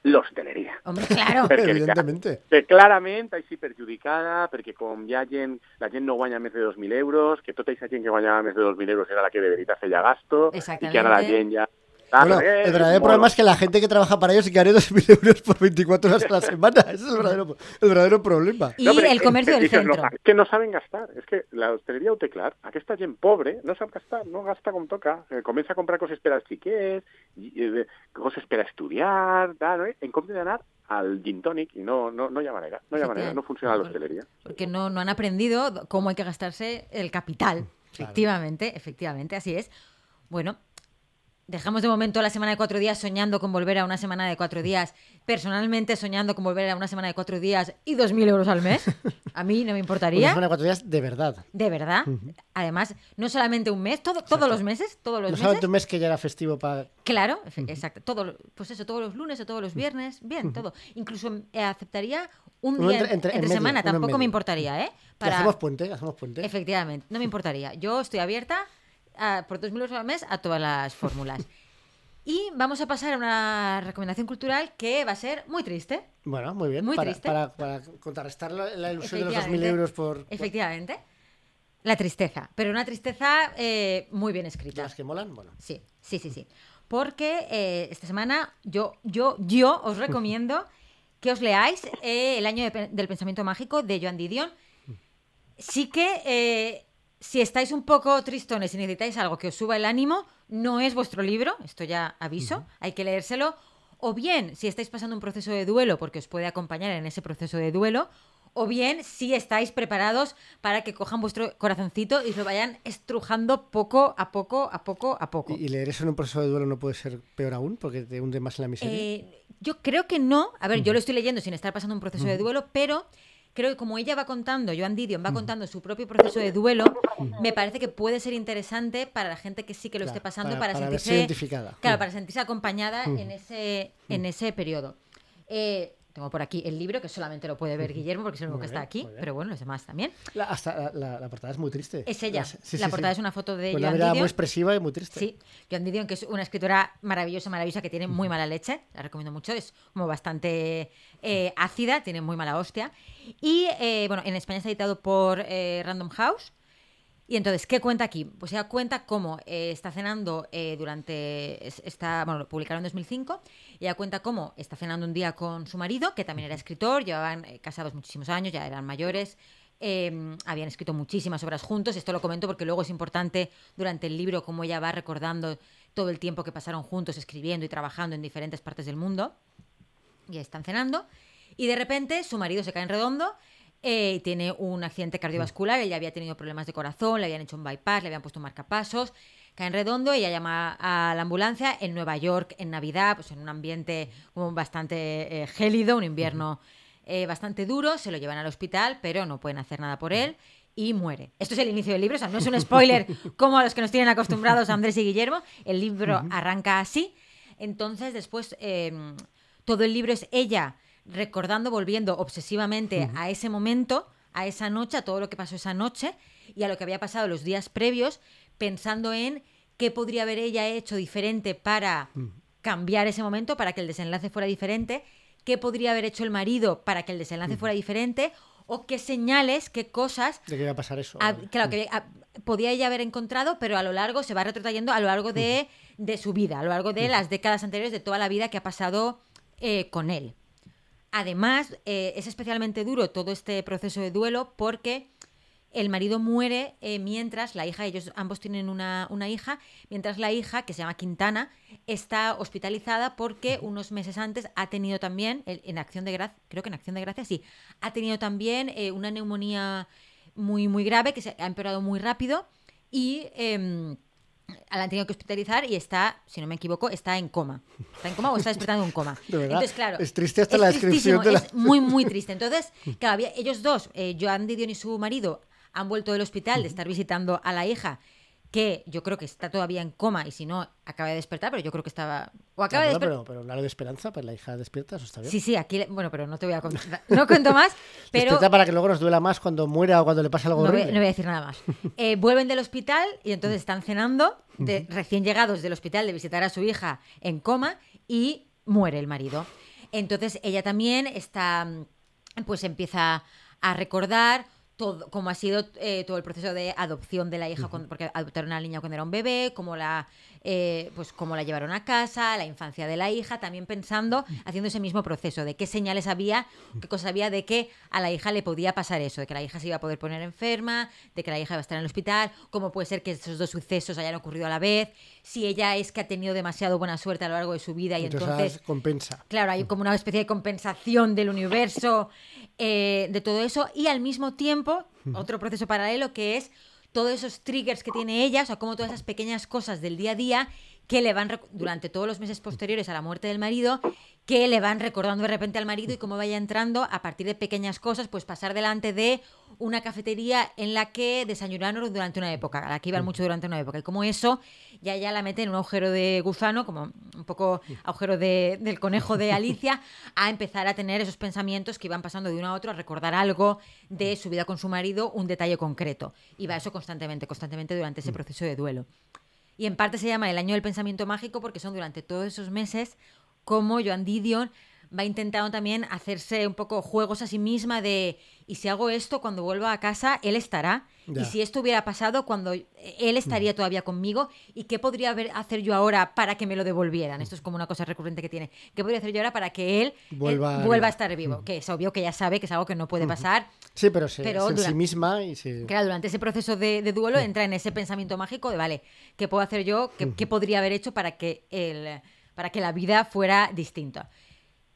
L'hostaleria. Hombre, claro. Perquè Evidentemente. que clarament així perjudicada, perquè com hi ha gent, la gent no guanya més de 2.000 euros, que tota aquesta gent que guanyava més de 2.000 euros era la que de veritat feia gasto, i que ara la Exactamente. gent ja... Bueno, el verdadero problema es que la gente que trabaja para ellos gana 2.000 euros por 24 horas a la semana. Ese es el verdadero, el verdadero problema. Y el comercio del centro. No, és que no saben gastar, és que la hostaleria ho té clar. Aquesta gent pobre no sap gastar, no gasta com toca. Eh, Comença a comprar coses per als xiquets, i, eh, coses per a estudiar, tal, eh? en compte d'anar al gin tònic, i no, no, no hi ha manera, no hi ha manera, no funciona l'hostaleria. Porque no, no han aprendido cómo hay que gastarse el capital. Efectivamente, efectivamente, así es. Bueno, dejamos de momento la semana de cuatro días soñando con volver a una semana de cuatro días. Personalmente soñando con volver a una semana de cuatro días y dos mil euros al mes. A mí no me Pues Una importaría. semana de 4 días de verdad. De verdad. Además, no solamente un mes, todo, todos los meses, todos los No meses. solamente un mes que ya era festivo para... Claro, efe- exacto. Todo, lo- pues eso, todos los lunes o todos los viernes, bien, todo. Incluso eh, aceptaría un Uno día entre- entre, entre- en entre medio, semana, uno en tampoco medio. me importaría, ¿eh? que Hacemos puente, hacemos puente. Efectivamente, no me importaría. Yo estoy abierta a- por 2.000 euros al mes a todas las fórmulas. y vamos a pasar a una recomendación cultural que va a ser muy triste. Bueno, muy bien. Muy para, triste. Para, para contrarrestar la, la ilusión de los 2.000 Efectivamente. euros por... por- Efectivamente. La tristeza, pero una tristeza eh, muy bien de escrita. las que molan, bueno. Sí, sí, sí, sí. Porque eh, esta semana yo, yo, yo os recomiendo que os leáis eh, El año de pe- del pensamiento mágico de Joan Didion. Sí que eh, si estáis un poco tristones y necesitáis algo que os suba el ánimo, no es vuestro libro, esto ya aviso, hay que leérselo. O bien, si estáis pasando un proceso de duelo, porque os puede acompañar en ese proceso de duelo, o bien si estáis preparados para que cojan vuestro corazoncito y lo vayan estrujando poco a poco, a poco, a poco. Y, y leer eso en un proceso de duelo no puede ser peor aún, porque te hunde más en la miseria. Eh, yo creo que no. A ver, yo lo estoy leyendo sin estar pasando un proceso de duelo, pero creo que como ella va contando, Joan Didion va contando su propio proceso de duelo, me parece que puede ser interesante para la gente que sí que lo Claro, esté pasando para, para- para verse sentirse identificada. Claro, Mm. para sentirse acompañada en ese en ese periodo. Eh, tengo por aquí el libro que solamente lo puede ver Guillermo porque es el único Muy que bien, está aquí, muy bien. pero bueno, los demás también. La, hasta la, la- la portada es muy triste. Es ella. Las- sí, la sí, portada es sí. una foto de Con una Joan mirada muy Didion. expresiva y muy triste. Sí, Joan Didion, que es una escritora maravillosa, maravillosa, que tiene muy mala leche, la recomiendo mucho, es como bastante eh, ácida, tiene muy mala hostia. Y eh, bueno, en España está editado por eh, Random House. Y entonces, ¿qué cuenta aquí? Pues ella cuenta cómo eh, está cenando eh, durante. es- Está, bueno, lo publicaron en 2005. Y ella cuenta cómo está cenando un día con su marido, que también era escritor, llevaban eh, casados muchísimos años, ya eran mayores, eh, habían escrito muchísimas obras juntos. Esto lo comento porque luego es importante durante el libro cómo ella va recordando todo el tiempo que pasaron juntos escribiendo y trabajando en diferentes partes del mundo y están cenando. Y de repente su marido se cae en redondo eh, y tiene un accidente cardiovascular. Ella había tenido problemas de corazón, le habían hecho un bypass, le habían puesto un marcapasos. Cae en redondo, ella llama a la ambulancia en Nueva York en Navidad, pues en un ambiente como bastante eh, gélido, un invierno eh, bastante duro. Se lo llevan al hospital, pero no pueden hacer nada por él y muere. Esto es el inicio del libro, o sea, no es un spoiler como a los que nos tienen acostumbrados Andrés y Guillermo. El libro arranca así. Entonces, después, eh, todo el libro es ella recordando, volviendo obsesivamente a ese momento, a esa noche, a todo lo que pasó esa noche y a lo que había pasado los días previos, pensando en qué podría haber ella hecho diferente para cambiar ese momento, para que el desenlace fuera diferente, qué podría haber hecho el marido para que el desenlace fuera diferente, o qué señales, qué cosas ¿De qué va a pasar eso? Ah, claro, que ah, podía ella haber encontrado, pero a lo largo se va retrotrayendo a lo largo de, de su vida, a lo largo de las décadas anteriores, de toda la vida que ha pasado eh, con él. Además, eh, es especialmente duro todo este proceso de duelo porque el marido muere eh, mientras la hija, ellos ambos tienen una, una hija, mientras la hija, que se llama Quintana, está hospitalizada porque unos meses antes ha tenido también, en en Acción de Gracia, creo que en Acción de Gracia sí, ha tenido también eh, una neumonía muy, muy grave que se ha empeorado muy rápido y eh, la han tenido que hospitalizar y está, si no me equivoco, está en coma. Está en coma o está despertando de un coma. De verdad, Entonces, claro, es triste hasta la descripción tristísimo, de la- es muy, muy triste. Entonces, claro, había- ellos dos, eh, Joan Didion y su marido, han vuelto del hospital de estar visitando a la hija, que yo creo que está todavía en coma y si no, acaba de despertar, pero yo creo que estaba... O acaba de Claro, despertar... pero, pero hablar de esperanza para la hija despierta, eso está bien. Sí, sí, aquí... le- Bueno, pero no te voy a contar. No cuento más, pero... Despierta para que luego nos duela más cuando muera o cuando le pase algo No voy, horrible. no voy a decir nada más. Eh, vuelven del hospital y entonces están cenando, de- recién llegados del hospital de visitar a su hija en coma y muere el marido. Entonces ella también está, mm, pues empieza a recordar todo, cómo ha sido eh, todo el proceso de adopción de la hija, cuando- porque adoptaron a la niña cuando era un bebé, cómo la, eh, pues cómo la llevaron a casa, la infancia de la hija, también pensando, haciendo ese mismo proceso, de qué señales había, qué cosas había de que a la hija le podía pasar eso, de que la hija se iba a poder poner enferma, de que la hija iba a estar en el hospital, cómo puede ser que esos dos sucesos hayan ocurrido a la vez, si ella es que ha tenido demasiado buena suerte a lo largo de su vida y entonces, entonces compensa. Claro, hay como una especie de compensación del universo, eh, de todo eso, y al mismo tiempo, otro proceso paralelo que es todos esos triggers que tiene ella, o sea, como todas esas pequeñas cosas del día a día que le van, rec- durante todos los meses posteriores a la muerte del marido, que le van recordando de repente al marido y cómo vaya entrando a partir de pequeñas cosas, pues pasar delante de una cafetería en la que desayunaron durante una época, a la que iban mucho durante una época, y como eso ya ya la mete en un agujero de gusano, como un poco agujero de- del conejo de Alicia, a empezar a tener esos pensamientos que iban pasando de uno a otro, a recordar algo de su vida con su marido, un detalle concreto. Y va eso constantemente, constantemente durante ese proceso de duelo. Y en parte se llama el año del pensamiento mágico porque son durante todos esos meses como Joan Didion va intentando también hacerse un poco juegos a sí misma de, y si hago esto, cuando vuelva a casa, él estará. Ya. Y Mm. si esto hubiera pasado, cuando él estaría todavía conmigo, ¿y qué podría haber- hacer yo ahora para que me lo devolvieran? Esto es como una cosa recurrente que tiene. ¿Qué podría hacer yo ahora para que él eh, Vuelva a Mm. vuelva a vida. estar vivo? Que es obvio que ya sabe que es algo que no puede pasar. Sí, pero se, Pero se en dura- sí misma y se... Claro, durante ese proceso de, de duelo entra en ese pensamiento mágico de, vale, ¿qué puedo hacer yo? ¿Qué, qué podría haber hecho para que, el, para que la vida fuera distinta?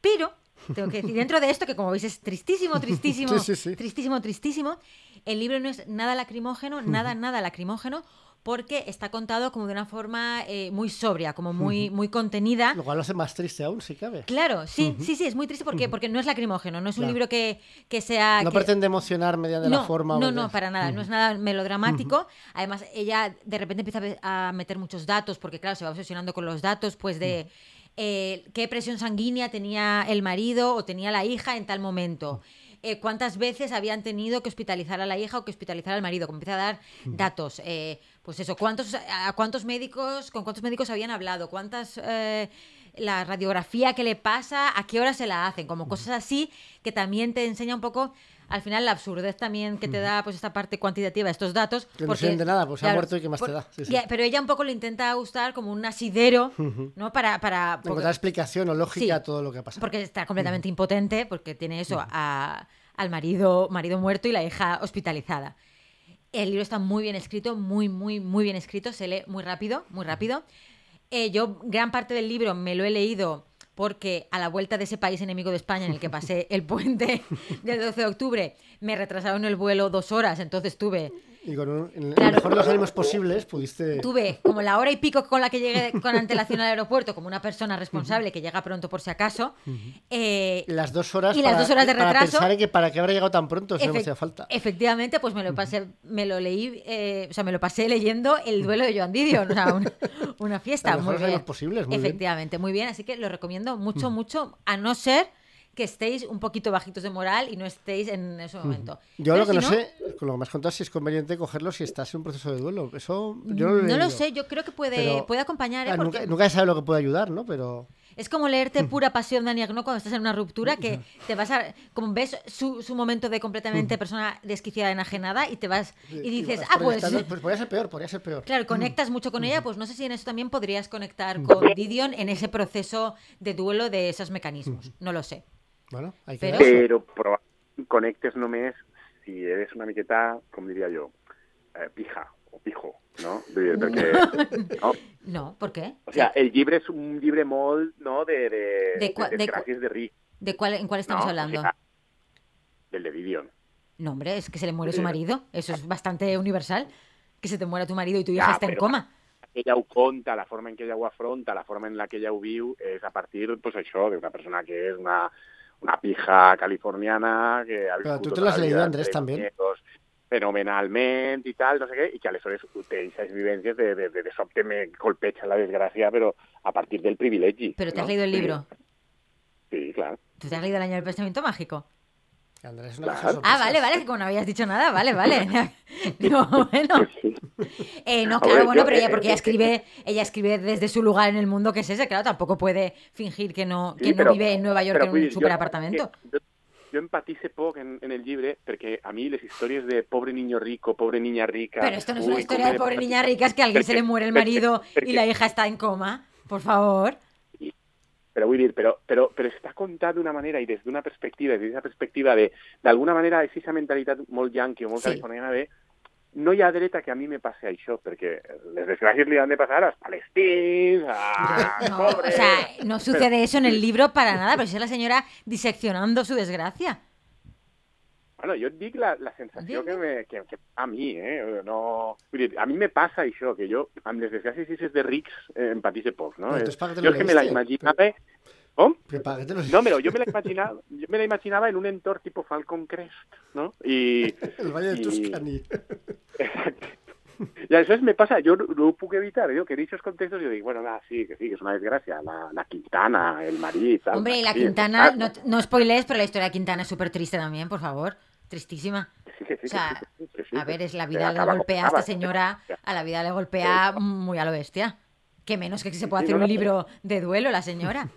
Pero, tengo que decir, dentro de esto, que como veis es tristísimo, tristísimo, Sí, sí, sí. tristísimo, tristísimo, el libro no es nada lacrimógeno, nada, nada lacrimógeno, porque está contado como de una forma eh, muy sobria, como muy, muy contenida. Lo cual lo hace más triste aún, si cabe. Claro, sí, sí, sí, es muy triste porque, porque no es lacrimógeno, no es un Claro. libro que, que sea... No que- pretende emocionar mediante la forma. o no, de- no, para nada. No es nada melodramático. Además, ella de repente empieza a ve- a meter muchos datos, porque claro, se va obsesionando con los datos, pues de eh, qué presión sanguínea tenía el marido o tenía la hija en tal momento. eh, cuántas veces habían tenido que hospitalizar a la hija o que hospitalizar al marido, como empieza a dar datos, eh, pues eso, cuántos, a cuántos médicos, con cuántos médicos habían hablado, cuántas eh, la radiografía que le pasa, a qué hora se la hacen, como cosas así que también te enseña un poco al final la absurdez también que te da pues esta parte cuantitativa, estos datos. Que no sirven de nada, pues, ha muerto y qué más te da. Sí, sí. ya, Pero ella un poco le intenta gustar como un asidero, ¿no? Para, para porque- Encontrar explicación o lógica Sí. a todo lo que ha pasado. porque está completamente impotente, porque tiene eso a- al marido, marido muerto y la hija hospitalizada. El libro está muy bien escrito, muy, muy, muy bien escrito, se lee muy rápido, muy rápido. Eh, yo gran parte del libro me lo he leído porque a la vuelta de ese país enemigo de España en el que pasé el puente del 12 de octubre, me retrasaron el vuelo dos horas, entonces tuve Y con un- en Claro. el mejor de los ánimos posibles pudiste... tuve como la hora y pico con la que llegué con antelación al aeropuerto, como una persona responsable que llega pronto por si acaso. eh, Las dos horas, Y las para- dos horas de para retraso. pensar en que para qué habrá llegado tan pronto si no me Efec- hacía falta. Efectivamente, pues me lo pasé, me lo leí, eh, o sea, me lo pasé leyendo el duelo de Joan Didion, o sea, una, una fiesta. A lo Muy mejor es de los bien. posibles, muy bien. Mm. Efectivamente, muy bien, así que lo recomiendo mucho, mucho, a no ser que estéis un poquito bajitos de moral y no estéis en ese momento. Mm. Yo Pero lo que si no, sé, con lo que me has contado, es si es conveniente cogerlo si estás en un proceso de duelo. Eso yo no lo, he no lo leído. sé, yo creo que puede, Pero- puede acompañar, ¿eh? Ah, Mm. Porque- nunca, nunca se sabe lo que puede ayudar, ¿no? Pero Es como leerte pura pasión de Aniagno cuando estás en una ruptura Mm. que te vas a. Como ves su, su momento de completamente persona desquiciada, enajenada y te vas. eh, Y dices, vas ah, pues. proyectando, Pues podría ser peor, podría ser peor. Claro, conectas mucho con ella, pues no sé si en eso también podrías conectar con Didion en ese proceso de duelo de esos mecanismos. No lo sé. Bueno, hay que Pero- darse. Pero proba- conectes no me es si eres una miqueta, como diría yo, eh, pija o pijo, ¿no? De- de que- ¿no? No, ¿por qué? O sea, el llibre és un llibre molt, no?, de, de, De cua- de de desgràcies de, ric, ¿De cuál, ¿En cuál no? estamos hablando? O sea, del de Vivion. No, hombre, es que se le muere su Sí. marido. Eso es bastante universal. Que se te muera tu marido y tu hija Ya, está en pero- coma. Ella ho conta, la forma en què ella ho afronta, la forma en la que ella ho viu, és a partir, pues, això, d'una persona que és una, una pija californiana que ha Però viscut tu te tota la l'has vida leído, Andrés, entre també. muñecos fenomenalment i tal, no sé què, i que aleshores té aquestes vivències de, de, de, de sobte me colpeja la desgràcia, però a partir del privilegi. Pero te has no? leído el libro. Sí, clar. ¿Tú te has leído el año del pensamiento mágico? Andrés, una cosa Claro. sorpresa. Ah, vale, vale, que como no habías dicho nada, vale, vale. No, bueno. Pues sí. Eh, no, A claro, ver, bueno, yo- pero ella, eh, porque ella eh, escribe, ella escribe desde su lugar en el mundo que es ese, claro, tampoco puede fingir que no, que Sí, no però- vive en Nueva York però en vull un dir, jo- superapartamento. que Jo, jo empatice poc en, en el llibre perquè a mi les històries de pobre niño rico, pobre niña rica... Pero esto no es una ui, historia com de me- pobre niña rica, es que a alguien se le muere el marido y la hija está en coma. Por favor. Però vull dir, però, però, però està contat d'una manera i des d'una perspectiva, des d'una perspectiva de... D'alguna manera, és aquesta mentalitat molt yankee o molt Sí. californiana de no hi ha dret a que a mi me passi això, perquè les desgràcies li han de passar als palestins, a... No, o pobres. sea, no sucede eso en el libro para nada, pero si es la señora diseccionando su desgracia. Bueno, jo et dic la, la sensació Dime. que, me, que, que a mi, eh? No... Vull dir, a mi me passa això, que jo amb les desgràcies i de rics eh, empatisse poc, no? Però Eh, tu és perquè te jo lo és que me la leíste, imaginava... Com? Prepárate los- No, però jo me la imaginava, jo me la imaginava en un entorn tipo Falcon Crest, no? I, El Valle de i- Tuscany. Exacte. Y a veces me pasa, yo no, no pude evitar, yo que en dichos contextos yo digo, bueno, nada, sí, que sí, que es una desgracia, la, la Quintana, el Marí y tal. Hombre, y la Sí, Quintana, ah, no, no spoilees, pero la historia de Quintana es súper triste también, por favor. Tristísima. sí, que sí, o sea, que sí, que sí, que A sí, ver, que es la sí, vida que le acaba golpea a como esta acaba. señora, a la vida le golpea muy a lo bestia. Que menos que se pueda Sí, hacer no, un no. libro de duelo la señora.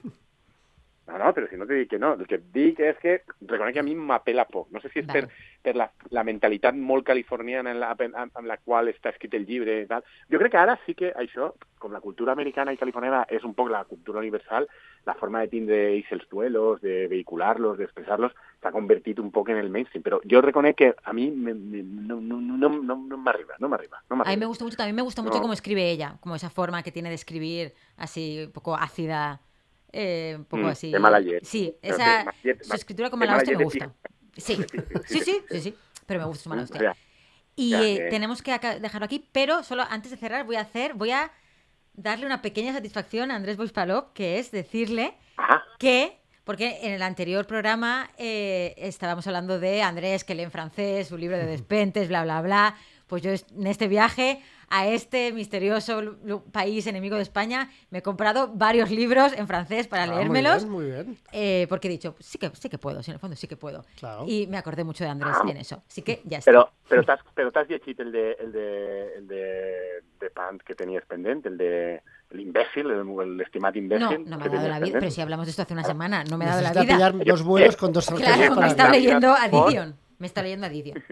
No, no, però si no t'he dit que no. El que et dic és que reconec que a mi m'apela poc. No sé si és Vale. per, per la, la mentalitat molt californiana en la, en, amb la qual està escrit el llibre i tal. Jo crec que ara sí que això, com la cultura americana i californiana és un poc la cultura universal, la forma de tindre ells els duelos, de vehicular-los, d'expressar-los, s'ha convertit un poc en el mainstream. Però jo reconec que a mi me, me, no, no, no, no, no m'arriba, no m'arriba. No A mí me m'arriba. gusta mucho, también me gusta mucho No. cómo escribe ella, como esa forma que tiene de escribir así un poco ácida, eh, un poco Mm, así. de mala yer. Sí, Pero esa de ma- yer- su ma- escritura como de la mala hostia me yer de gusta. Sí, sí, sí, sí, sí, pero me gusta su mala hostia. Ja. Y Mm, Ya, eh, eh. tenemos que aca- dejarlo aquí, pero solo antes de cerrar voy a hacer, voy a darle una pequeña satisfacción a Andrés Boispalop, que es decirle Ah, que, porque en el anterior programa eh, estábamos hablando de Andrés que lee en francés, su libro de despentes, bla, bla, bla. Pues yo est- en este viaje a este misterioso lu- lu- país enemigo de España me he comprado varios libros en francés para Ah, muy leérmelos. bien, Muy bien. eh, porque he dicho, sí que, sí que puedo, sí, en el fondo sí que puedo. Claro. Y me acordé mucho de Andrés en eso. Así que ya está. Pero, pero t'has pero t'has llegit el de, el de, el de, de Pant que tenies pendent, el de l'imbècil, el, el estimat no, imbècil. no me que ha dado tenies la vida. pendent. Pero si hablamos de esto hace una semana, no me ha dado la Ah, Necesita vida. pillar dos vuelos con dos autobuses Claro, me para está acá. Navidad, leyendo a por- Didion. Me está leyendo a Didion.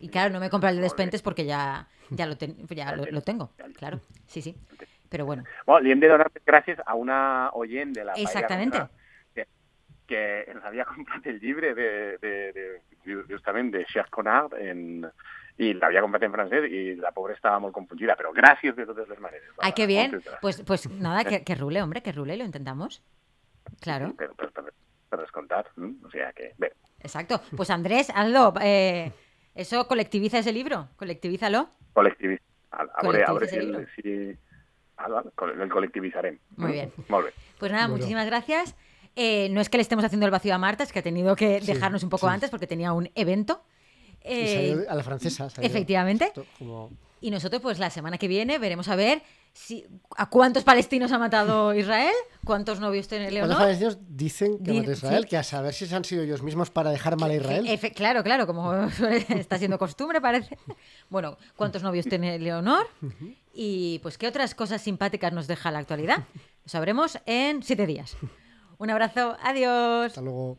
Y claro, no me compra el de Despentes porque ya, ya, lo, ten- ya lo, lo tengo. Claro, sí, sí. Pero bueno, Bueno, li hem de donar les gràcies a una oient de la Paella Exactamente. Rusa que, que ens havia comprat el llibre de, de, de, justament de Charles Connard en, i l'havia comprat en francès i la pobra estava molt confundida, però gràcies de totes les maneres. ¡ay, qué bien! Pues, pues nada, que, que... que rule, hombre, que rule, lo intentamos. Claro, Per, per, per, per descomptat. mm? O sea que, bé, exacto. Pues Andrés, hazlo. eh, eso colectiviza ese libro, colectivízalo. col·lectivista. A, a veure, a veure si, Col·lectivitzaríem. el, si ah, va, col- el col·lectivitzarem. Molt bé. Molt bé. Pues nada, Bueno. muchísimas gracias. Eh, no es que le estemos haciendo el vacío a Marta, es que ha tenido que dejarnos un poco antes porque tenía un evento. Y Eh, salió a la francesa. salió. efectivamente. Esto, como- Y nosotros, pues la semana que viene, veremos a ver si, a cuántos palestinos ha matado Israel, cuántos novios tiene Los Leonor. palestinos dicen que Di- mató a Israel, sí. que a saber si se han sido ellos mismos para dejar mal a Israel. Efe- claro, claro, como suele- está siendo costumbre, parece. Bueno, cuántos novios tiene Leonor y pues qué otras cosas simpáticas nos deja la actualidad. Lo sabremos en siete días. Un abrazo, adiós. Hasta luego.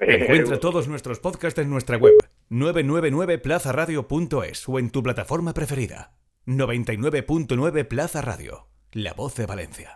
Eh, Encuentra todos nuestros podcasts en nuestra web 999plazaradio.es o en tu plataforma preferida. 99.9 Plaza Radio, la voz de Valencia.